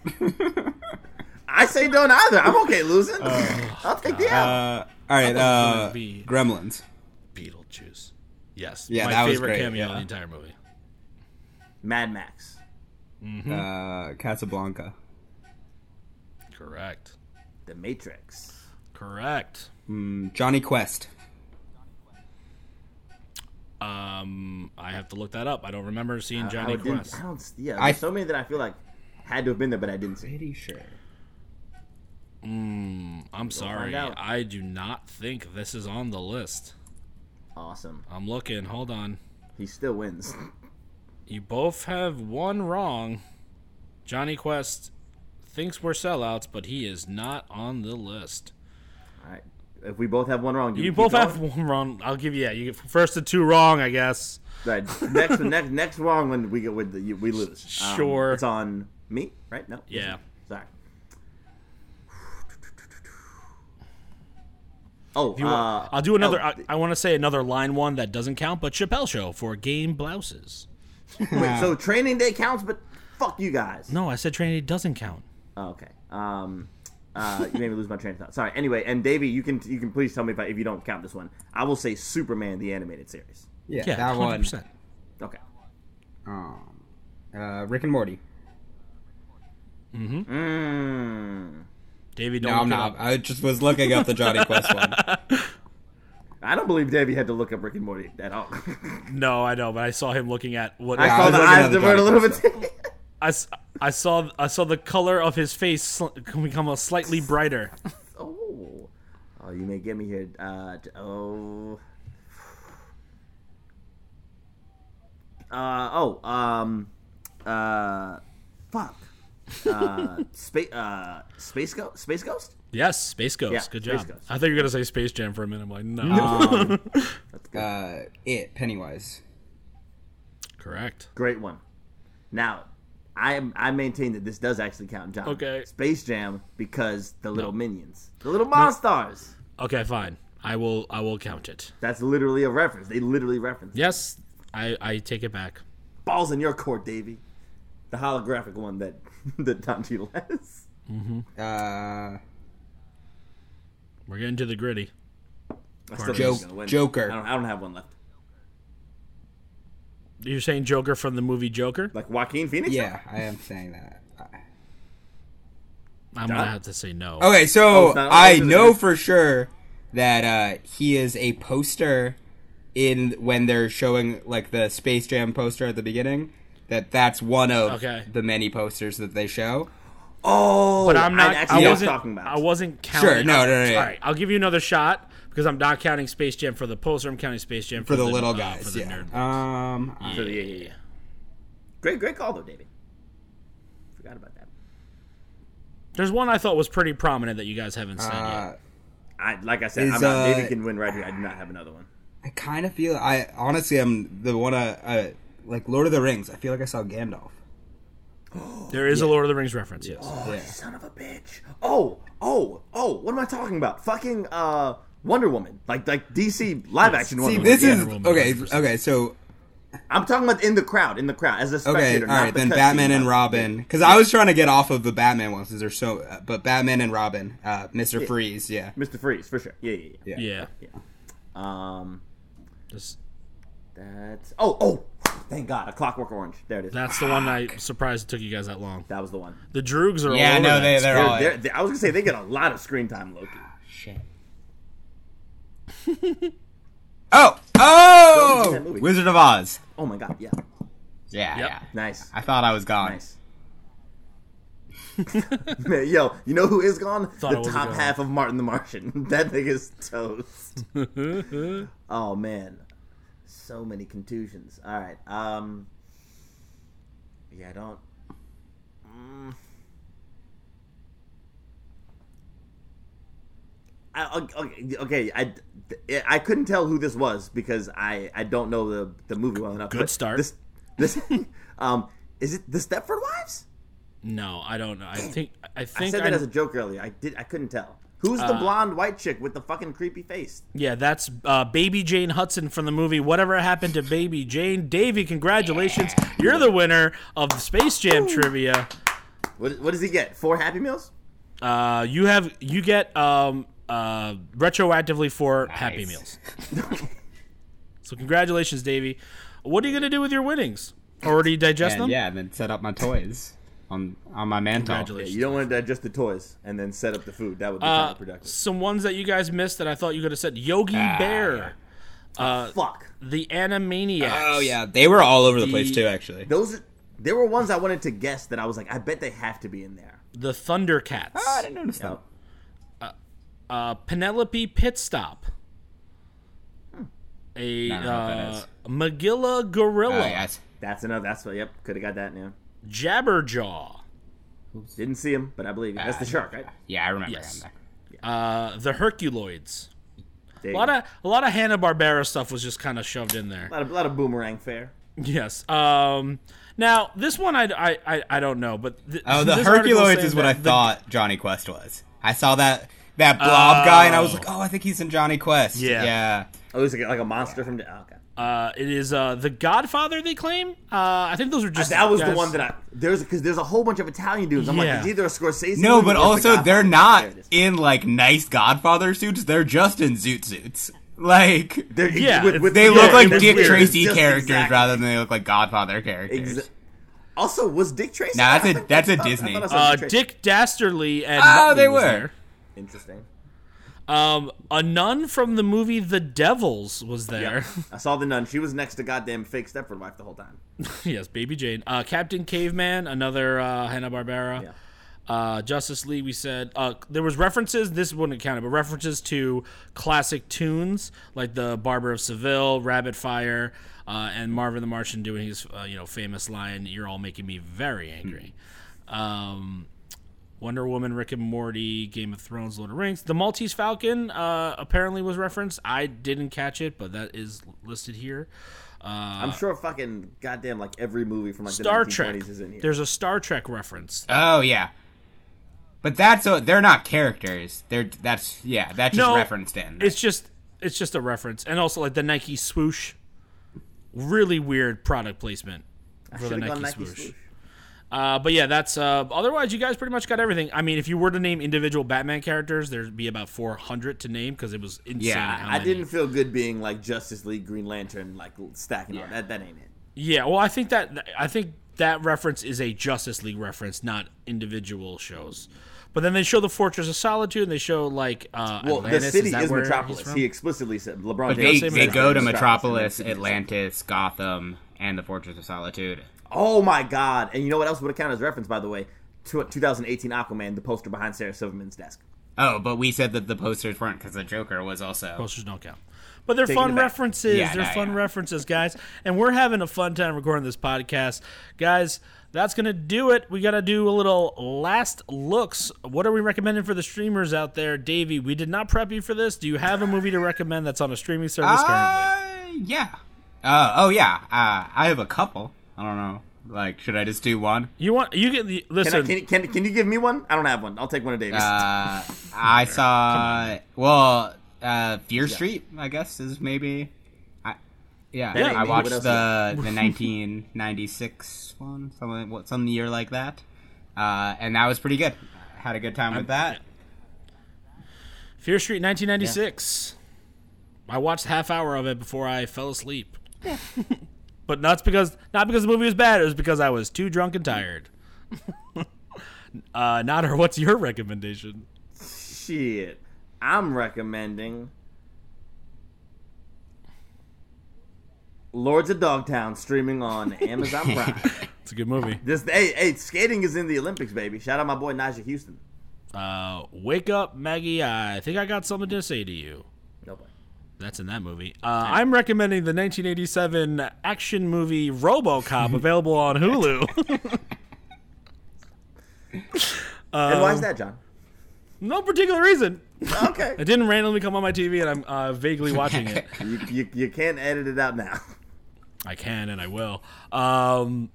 S3: I say don't either. I'm okay losing. I'll take the L.
S4: Uh, all right,
S2: thought it
S4: uh,
S2: would be-
S4: Gremlins.
S2: Beetlejuice. Yes.
S4: Yeah,
S2: my
S4: that was
S2: favorite
S4: great,
S2: cameo in
S4: yeah.
S2: the entire movie.
S3: Mad Max.
S2: Mm-hmm.
S4: uh, Casablanca.
S2: Correct.
S3: The Matrix.
S2: Correct.
S4: Johnny Quest.
S2: Um, I have to look that up. I don't remember seeing Johnny
S3: Uh, I didn't-
S2: Quest.
S3: I don't, yeah,
S4: I-
S3: there's so many that I feel like had to have been there, but I didn't see.
S4: Pretty sure.
S2: I'm sorry.
S3: out.
S2: I do not think this is on the list.
S3: Awesome.
S2: I'm looking. Hold on.
S3: He still wins.
S2: You both have one wrong. Johnny Quest thinks we're sellouts, but he is not on the list.
S3: All right. If we both have one wrong, do we
S2: You
S3: keep
S2: both
S3: going?
S2: have one wrong. I'll give you that. You get first to two wrong, I guess.
S3: Right. Next, next, next wrong when we get with the, you- we lose. Um,
S2: Sure.
S3: It's on me, right? No.
S2: Yeah.
S3: Sorry. Oh,
S2: You
S3: uh,
S2: want- I'll do another.
S3: oh,
S2: I, I want to say another line one that doesn't count, but Chappelle Show for game blouses.
S3: wait, so training day counts, but fuck you guys.
S2: No, I said Trinity doesn't count.
S3: Oh, okay. Um, uh, you made me lose my train of thought. Sorry. Anyway, and Davey, you can you can please tell me if I, if you don't count this one. I will say Superman the animated series.
S4: Yeah,
S2: Yeah,
S4: that
S2: hundred percent.
S3: Okay.
S4: one. Um, uh, Rick and Morty.
S3: Mm.
S2: Davey, don't.
S4: No, I'm
S2: look it
S4: not.
S2: up.
S4: I just was looking up the Johnny Quest one.
S3: I don't believe Davey had to look up Rick and Morty at all.
S2: No, I know, but I saw him looking at what.
S3: I
S4: Yeah,
S3: saw
S4: I was
S3: the
S4: looking at
S3: eyes
S4: the
S3: divert a
S4: Johnny
S3: little
S4: Quest
S3: bit.
S2: I, s- I saw I saw the color of his face sl- become a slightly brighter.
S3: Oh, oh, you may get me here. Uh, t- oh, uh, oh, um, uh, fuck. Uh, space, uh, space ghost, space ghost.
S2: Yes, Space Ghost.
S3: Yeah,
S2: Good
S3: Space
S2: job.
S3: Ghost.
S2: I thought you were gonna say Space Jam for a minute. I'm like, no.
S4: Uh, it Pennywise.
S2: Correct.
S3: Great one. Now, I am- I maintain that this does actually count, John.
S2: Okay.
S3: Space Jam because the little minions, the little monsters.
S2: Okay, fine. I will I will count it.
S3: That's literally a reference. They literally reference.
S2: Yes, I I take it back.
S3: balls in your court, Davy. The holographic one that that Don Cheadle has.
S4: Uh,
S2: We're getting to the gritty.
S3: I still think
S4: Joke-
S3: he's gonna win.
S4: Joker.
S3: I don't, I don't have one left.
S2: You're saying Joker from the movie Joker?
S3: Like Joaquin Phoenix.
S4: yeah, I am saying that.
S2: I'm gonna have to say no.
S4: Okay,
S3: Oh,
S4: so
S3: it's not-
S4: I
S3: it's not-
S4: know for sure that uh, he is a poster in when they're showing like the Space Jam poster at the beginning. That that's one of
S2: Okay.
S4: the many posters that they show.
S3: Oh,
S2: But I'm not.
S3: I,
S2: I
S3: actually know what
S2: wasn't.
S3: you're talking about.
S2: I wasn't counting.
S4: Sure, no, no, no, no.
S2: All right, I'll give you another shot because I'm not counting Space Jam for the poster. I'm counting Space Jam for,
S4: for the little
S2: uh,
S4: guys.
S2: for the
S4: yeah.
S2: nerd.
S4: Um, I-
S3: So, yeah, yeah, yeah. Great, great call though, Davy. Forgot about that.
S2: There's one I thought was pretty prominent that you guys haven't said yet.
S4: uh,
S3: I like I said,
S4: Is,
S3: I'm not,
S4: uh,
S3: Davy can win right here. I do not have another one.
S4: I kind of feel I honestly I'm the one uh, uh like Lord of the Rings. I feel like I saw Gandalf.
S2: There is a Lord of the Rings reference, yes.
S4: Yeah.
S3: Son of a bitch. Oh, oh, oh. What am I talking about? Fucking uh, Wonder Woman. Like like DC live action Wonder
S4: See,
S3: Woman.
S4: this
S2: Yeah.
S4: is
S2: Wonder Woman,
S4: okay.
S2: 100%.
S4: Okay, so
S3: I'm talking about in the crowd, in the crowd as a
S4: okay,
S3: spectator.
S4: all
S3: not
S4: right.
S3: the
S4: Then
S3: cutscene.
S4: Batman and Robin, because I was trying to get off of the Batman ones. 'cause They're so, uh, but Batman and Robin, uh, Mister Freeze, yeah.
S3: Mr. Freeze for sure. Yeah, yeah, yeah.
S4: Yeah.
S2: Yeah.
S3: Um,
S2: Just-
S3: that's oh oh. Thank God, a Clockwork Orange. There it is.
S2: that's the one I surprised it took you guys that long.
S3: that was the one.
S2: The Droogs are
S4: Oh, Yeah,
S2: all over
S4: no, they
S2: that.
S4: they're
S3: They're-
S4: all
S3: they're- they- I was gonna say they get a lot of screen time, Loki.
S4: shit. Oh, oh,
S3: That movie.
S4: Wizard of Oz.
S3: Oh my God, yeah,
S4: Yeah,
S2: Yep.
S4: yeah.
S3: nice,
S4: I thought I was gone.
S3: nice. Man, yo, you know who is gone?
S2: I
S3: the
S2: wasn't
S3: top
S2: gone.
S3: half of Martin the Martian. that thing is toast. oh man, so many contusions. All right, um, yeah, I don't. Mm. I, okay, okay, I, I couldn't tell who this was because I, I don't know the, the movie well enough.
S2: Good
S3: but
S2: start.
S3: This, this, um, is it the Stepford Wives?
S2: No, I don't know. I think I
S3: I
S2: think
S3: said
S2: I- Uh,
S3: that as a joke earlier. I did. I couldn't tell. Who's the blonde white chick with the fucking creepy face?
S2: Yeah, that's uh, Baby Jane Hudson from the movie Whatever Happened to Baby Jane. Davey, congratulations. You're the winner of Space Jam trivia.
S3: What, what does he get? Four Happy Meals?
S2: Uh, you have you get um, uh, retroactively for Happy Meals. so congratulations, Davey. What are you gonna do with your winnings? Already digest
S4: and
S2: them?
S4: yeah, and then set up my toys on on my mantle.
S3: Yeah,
S2: Congratulations.
S3: you don't want to digest the toys and then set up the food. That would be
S2: Uh,
S3: counterproductive.
S2: some ones that you guys missed that I thought you could have said Yogi
S4: Ah,
S2: Bear,
S3: Fuck.
S2: the Animaniacs.
S4: Oh yeah, they were all over the,
S2: The-
S4: place too. Actually,
S3: Those there were ones I wanted to guess that I was like, I bet they have to be in there.
S2: The Thundercats.
S4: notice that.
S2: uh, Penelope Pitstop. A
S4: I don't Hmm. know what that
S2: uh,
S4: is.
S2: Magilla Gorilla.
S4: Oh, yes.
S3: That's enough. That's what. Yep, could have got that. Yeah,
S2: Jabberjaw.
S3: didn't see him, but I believe you. That's
S4: Ah.
S3: the shark, right?
S4: Yeah, I remember
S2: Yes.
S4: him
S2: Uh, the Herculoids.
S3: There
S2: A
S3: you
S2: lot
S3: go.
S2: of a lot of Hanna Barbera stuff was just kind of shoved in there.
S3: lot of lot of boomerang fare.
S2: Yes. Um. Now this one I, I, I, I don't know, but th-
S4: Oh, the
S2: this article
S4: Herculoids
S2: saying
S4: is what
S2: that
S4: I
S2: the-
S4: thought Johnny Quest was. I saw that that blob guy, and I was like, oh, I think he's in Johnny Quest.
S2: Yeah.
S4: yeah.
S3: Oh, he's like, like a monster from. Oh, okay.
S2: Uh, it is uh the Godfather they claim. Uh, I think those are just
S3: That was the
S2: guys-
S3: one that I there's because there's a whole bunch of Italian dudes. I'm
S2: Yeah.
S3: like, it's either a Scorsese.
S4: No,
S3: movie
S4: but
S3: or it's a
S4: also
S3: Godfather.
S4: they're
S3: There
S4: not
S3: it is.
S4: in like nice Godfather suits. They're just in zoot suits. Like
S3: They're-
S2: Yeah,
S3: with- with-
S4: they
S2: yeah,
S4: look like
S2: it's
S4: Dick
S2: weird.
S4: Tracy
S3: Just
S4: characters
S3: exactly.
S4: rather than they look like Godfather characters.
S3: Exa- also, was Dick Tracy?
S4: Nah, that's a-
S3: I thought-
S4: that's a
S3: I thought- I
S4: Disney.
S3: thought I saw
S2: Uh,
S3: Tracy.
S2: Dick Dastardly and
S4: Oh,
S2: Nutley
S4: they
S2: was
S4: were.
S2: there.
S3: Interesting.
S2: Um, a nun from the movie The Devils was there.
S3: I saw the nun. She was next to goddamn fake Stepford wife the whole time.
S2: yes, Baby Jane. Uh, Captain Caveman, another uh, Hanna Barbera.
S3: Yeah.
S2: Uh, Justice League. We said uh, there was references. This wouldn't count, but references to classic tunes like the Barber of Seville, Rabbit Fire, uh, and Marvin the Martian doing his uh, you know famous line. You're all making me very angry. Um, Wonder Woman, Rick and Morty, Game of Thrones, Lord of the Rings. The Maltese Falcon uh, apparently was referenced. I didn't catch it, but that is listed here.
S3: I'm sure fucking goddamn like every movie from like
S2: Star
S3: the 1920s
S2: Trek.
S3: is in here.
S2: There's a Star Trek reference.
S4: Oh yeah, but that's a, they're not characters. They're that's yeah that's just
S2: No,
S4: referenced in.
S2: It's just it's just a reference, and also like the Nike swoosh. Really weird product placement for the
S3: Should've
S2: Nike,
S3: gone Nike
S2: swoosh.
S3: swoosh.
S2: Uh, but yeah, that's uh, otherwise you guys pretty much got everything. I mean, if you were to name individual Batman characters, there'd be about 400 to name because it was insane.
S4: Yeah,
S2: how
S3: I
S2: many.
S3: didn't feel good being like Justice League, Green Lantern, like stacking on that. That ain't it.
S2: Yeah, well, I think that I think that reference is a Justice League reference, not individual shows. But then they show the Fortress of Solitude, and they show like uh,
S3: Well,
S2: Atlantis.
S3: the city
S2: that
S3: is,
S2: where he's
S3: Metropolis.
S2: from?
S3: He explicitly said LeBron
S4: but they
S3: James.
S2: same
S4: they
S2: as
S4: go to
S2: Metropolis.
S4: Metropolis,
S3: and then Sydney.
S4: Atlantis, Gotham, and the Fortress of Solitude.
S3: Oh my god! And you know what else would have counted as reference, by the way? Tw 2018 Aquaman, the poster behind Sarah Silverman's desk.
S4: Oh, but we said that the posters weren't because the Joker was also.
S2: posters don't count. But they're
S3: Taking
S2: fun
S3: it back.
S2: references.
S4: Yeah,
S2: they're
S4: no,
S2: fun
S4: yeah.
S2: references, guys. And we're having a fun time recording this podcast. Guys, that's going to do it. We got to do a little last looks. What are we recommending for the streamers out there? Davey, we did not prep you for this. Do you have a movie to recommend that's on a streaming service currently?
S4: Uh, yeah. Uh, oh yeah. Uh, I have a couple. I don't know. Like, should I just do one?
S2: You want you can
S3: Can, I,
S2: listen.
S3: can, can, can you give me one? I don't have one. I'll take one of Davis.
S4: Uh, I saw. Well, uh, Fear Street, I guess, is maybe. I, yeah,
S3: Yeah.
S4: I watched
S3: What else
S4: the the 1996 one, something, what, some year like that, uh, and that was pretty good. Had a good time with that.
S2: Fear Street 1996. I watched half hour of it before I fell asleep. but not because not because the movie was bad, it was because I was too drunk and tired. uh Nader, what's your recommendation?
S3: Shit. I'm recommending Lords of Dogtown streaming on Amazon Prime.
S2: It's a good movie.
S3: this hey, hey, skating is in the Olympics, baby. Shout out my boy Najee Houston.
S2: Uh Wake Up Maggie, I think I got something to say to you.
S3: Nobody.
S2: That's in that movie. Uh, I'm recommending the 1987 action movie RoboCop available on Hulu.
S3: and why is that, John?
S2: no particular reason.
S3: Okay.
S2: It didn't randomly come on my TV and I'm uh, vaguely watching it.
S3: you, you, you can't edit it out now.
S2: I can and I will. Um,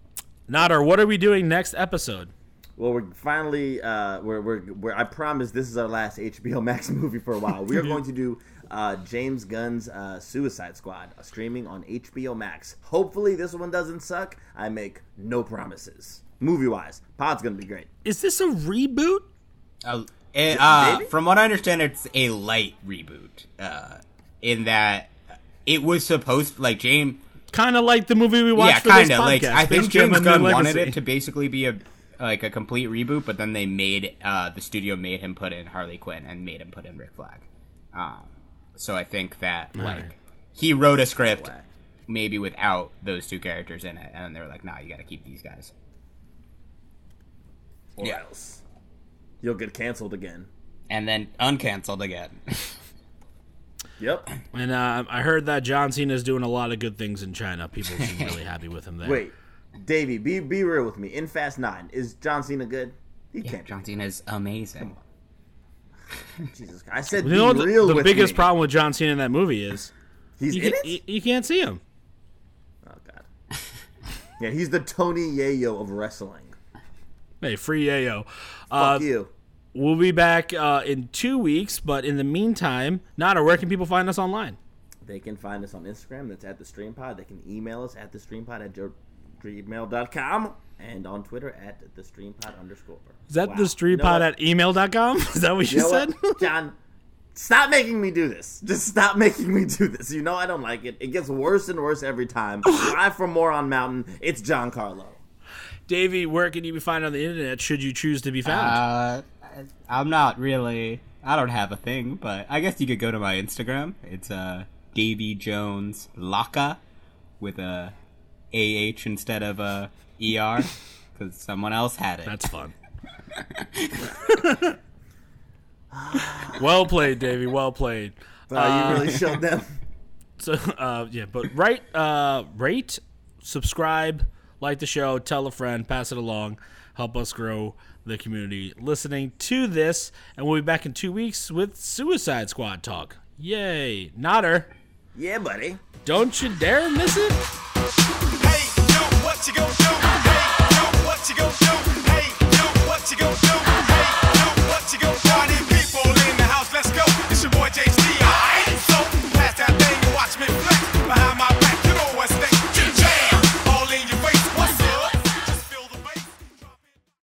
S2: Nader, what are we doing next episode?
S3: Well, we're finally uh, we're, we're we're I promise this is our last HBO Max movie for a while. We are going to do uh, James Gunn's uh, Suicide Squad uh, streaming on HBO Max. Hopefully, this one doesn't suck. I make no promises. Movie wise, Pod's gonna be great.
S2: Is this a reboot?
S4: Uh, it, uh,
S3: maybe?
S4: from what I understand, it's a light reboot. Uh, in that it was supposed like James
S2: kind of like the movie we watched
S4: yeah,
S2: for this
S4: kind of. Like
S2: podcast,
S4: I think
S2: Space Jam:
S4: James
S2: A New
S4: Gunn wanted
S2: Legacy.
S4: it to basically be a like a complete reboot, but then they made uh, the studio made him put in Harley Quinn and made him put in Rick Flag. Um, so I think that like he wrote a script maybe without those two characters in it, and they were like, "Nah, you got to keep these guys."
S3: Or
S4: Yeah.
S3: else you'll get canceled again.
S4: And then uncanceled again.
S3: Yep.
S2: And uh, I heard that John Cena is doing a lot of good things in China. People seem really happy with him there.
S3: Wait, Davey, be be real with me. In Fast Nine, is John Cena good? He
S4: yeah,
S3: can't.
S4: John Cena's amazing.
S3: Jesus Christ! I said
S2: You know what
S3: be
S2: the,
S3: real
S2: the
S3: with
S2: biggest
S3: me.
S2: problem with John Cena in that movie is
S3: He's
S2: you,
S3: in
S2: can,
S3: it.
S2: you, you can't see him.
S3: Oh God. yeah, he's the Tony Yayo of wrestling.
S2: Hey, free Yayo.
S3: Fuck
S2: Uh,
S3: you.
S2: we'll be back uh, in two weeks, but in the meantime, Nada, where can people find us online?
S3: They can find us on Instagram. That's at the Stream Pod. They can email us at the Stream Pod at jo- gmail.com and on Twitter at the Stream Pod underscore.
S2: Is that
S3: Wow.
S2: the street
S3: You know
S2: pod
S3: what?
S2: at email.com? Is that what you,
S3: You know
S2: said?
S3: what, John? Stop making me do this. Just stop making me do this. You know I don't like it. It gets worse and worse every time. Live from Moron Mountain, it's John Carlo.
S2: Davey, where can you be found on the internet should you choose to be found?
S4: Uh, I- I'm not really. I don't have a thing, but I guess you could go to my Instagram. It's uh Davy Jones Laka with a ah instead of a er because someone else had it.
S2: That's fun. well played, Davey. Well played.
S3: Uh, you really showed them.
S2: So uh, yeah, but right, uh, rate, subscribe, like the show, tell a friend, pass it along, help us grow the community listening to this, and we'll be back in two weeks with Suicide Squad talk. Yay, Nodder,
S3: Yeah, buddy.
S2: don't you dare miss it.
S8: Hey, yo, what you gonna do?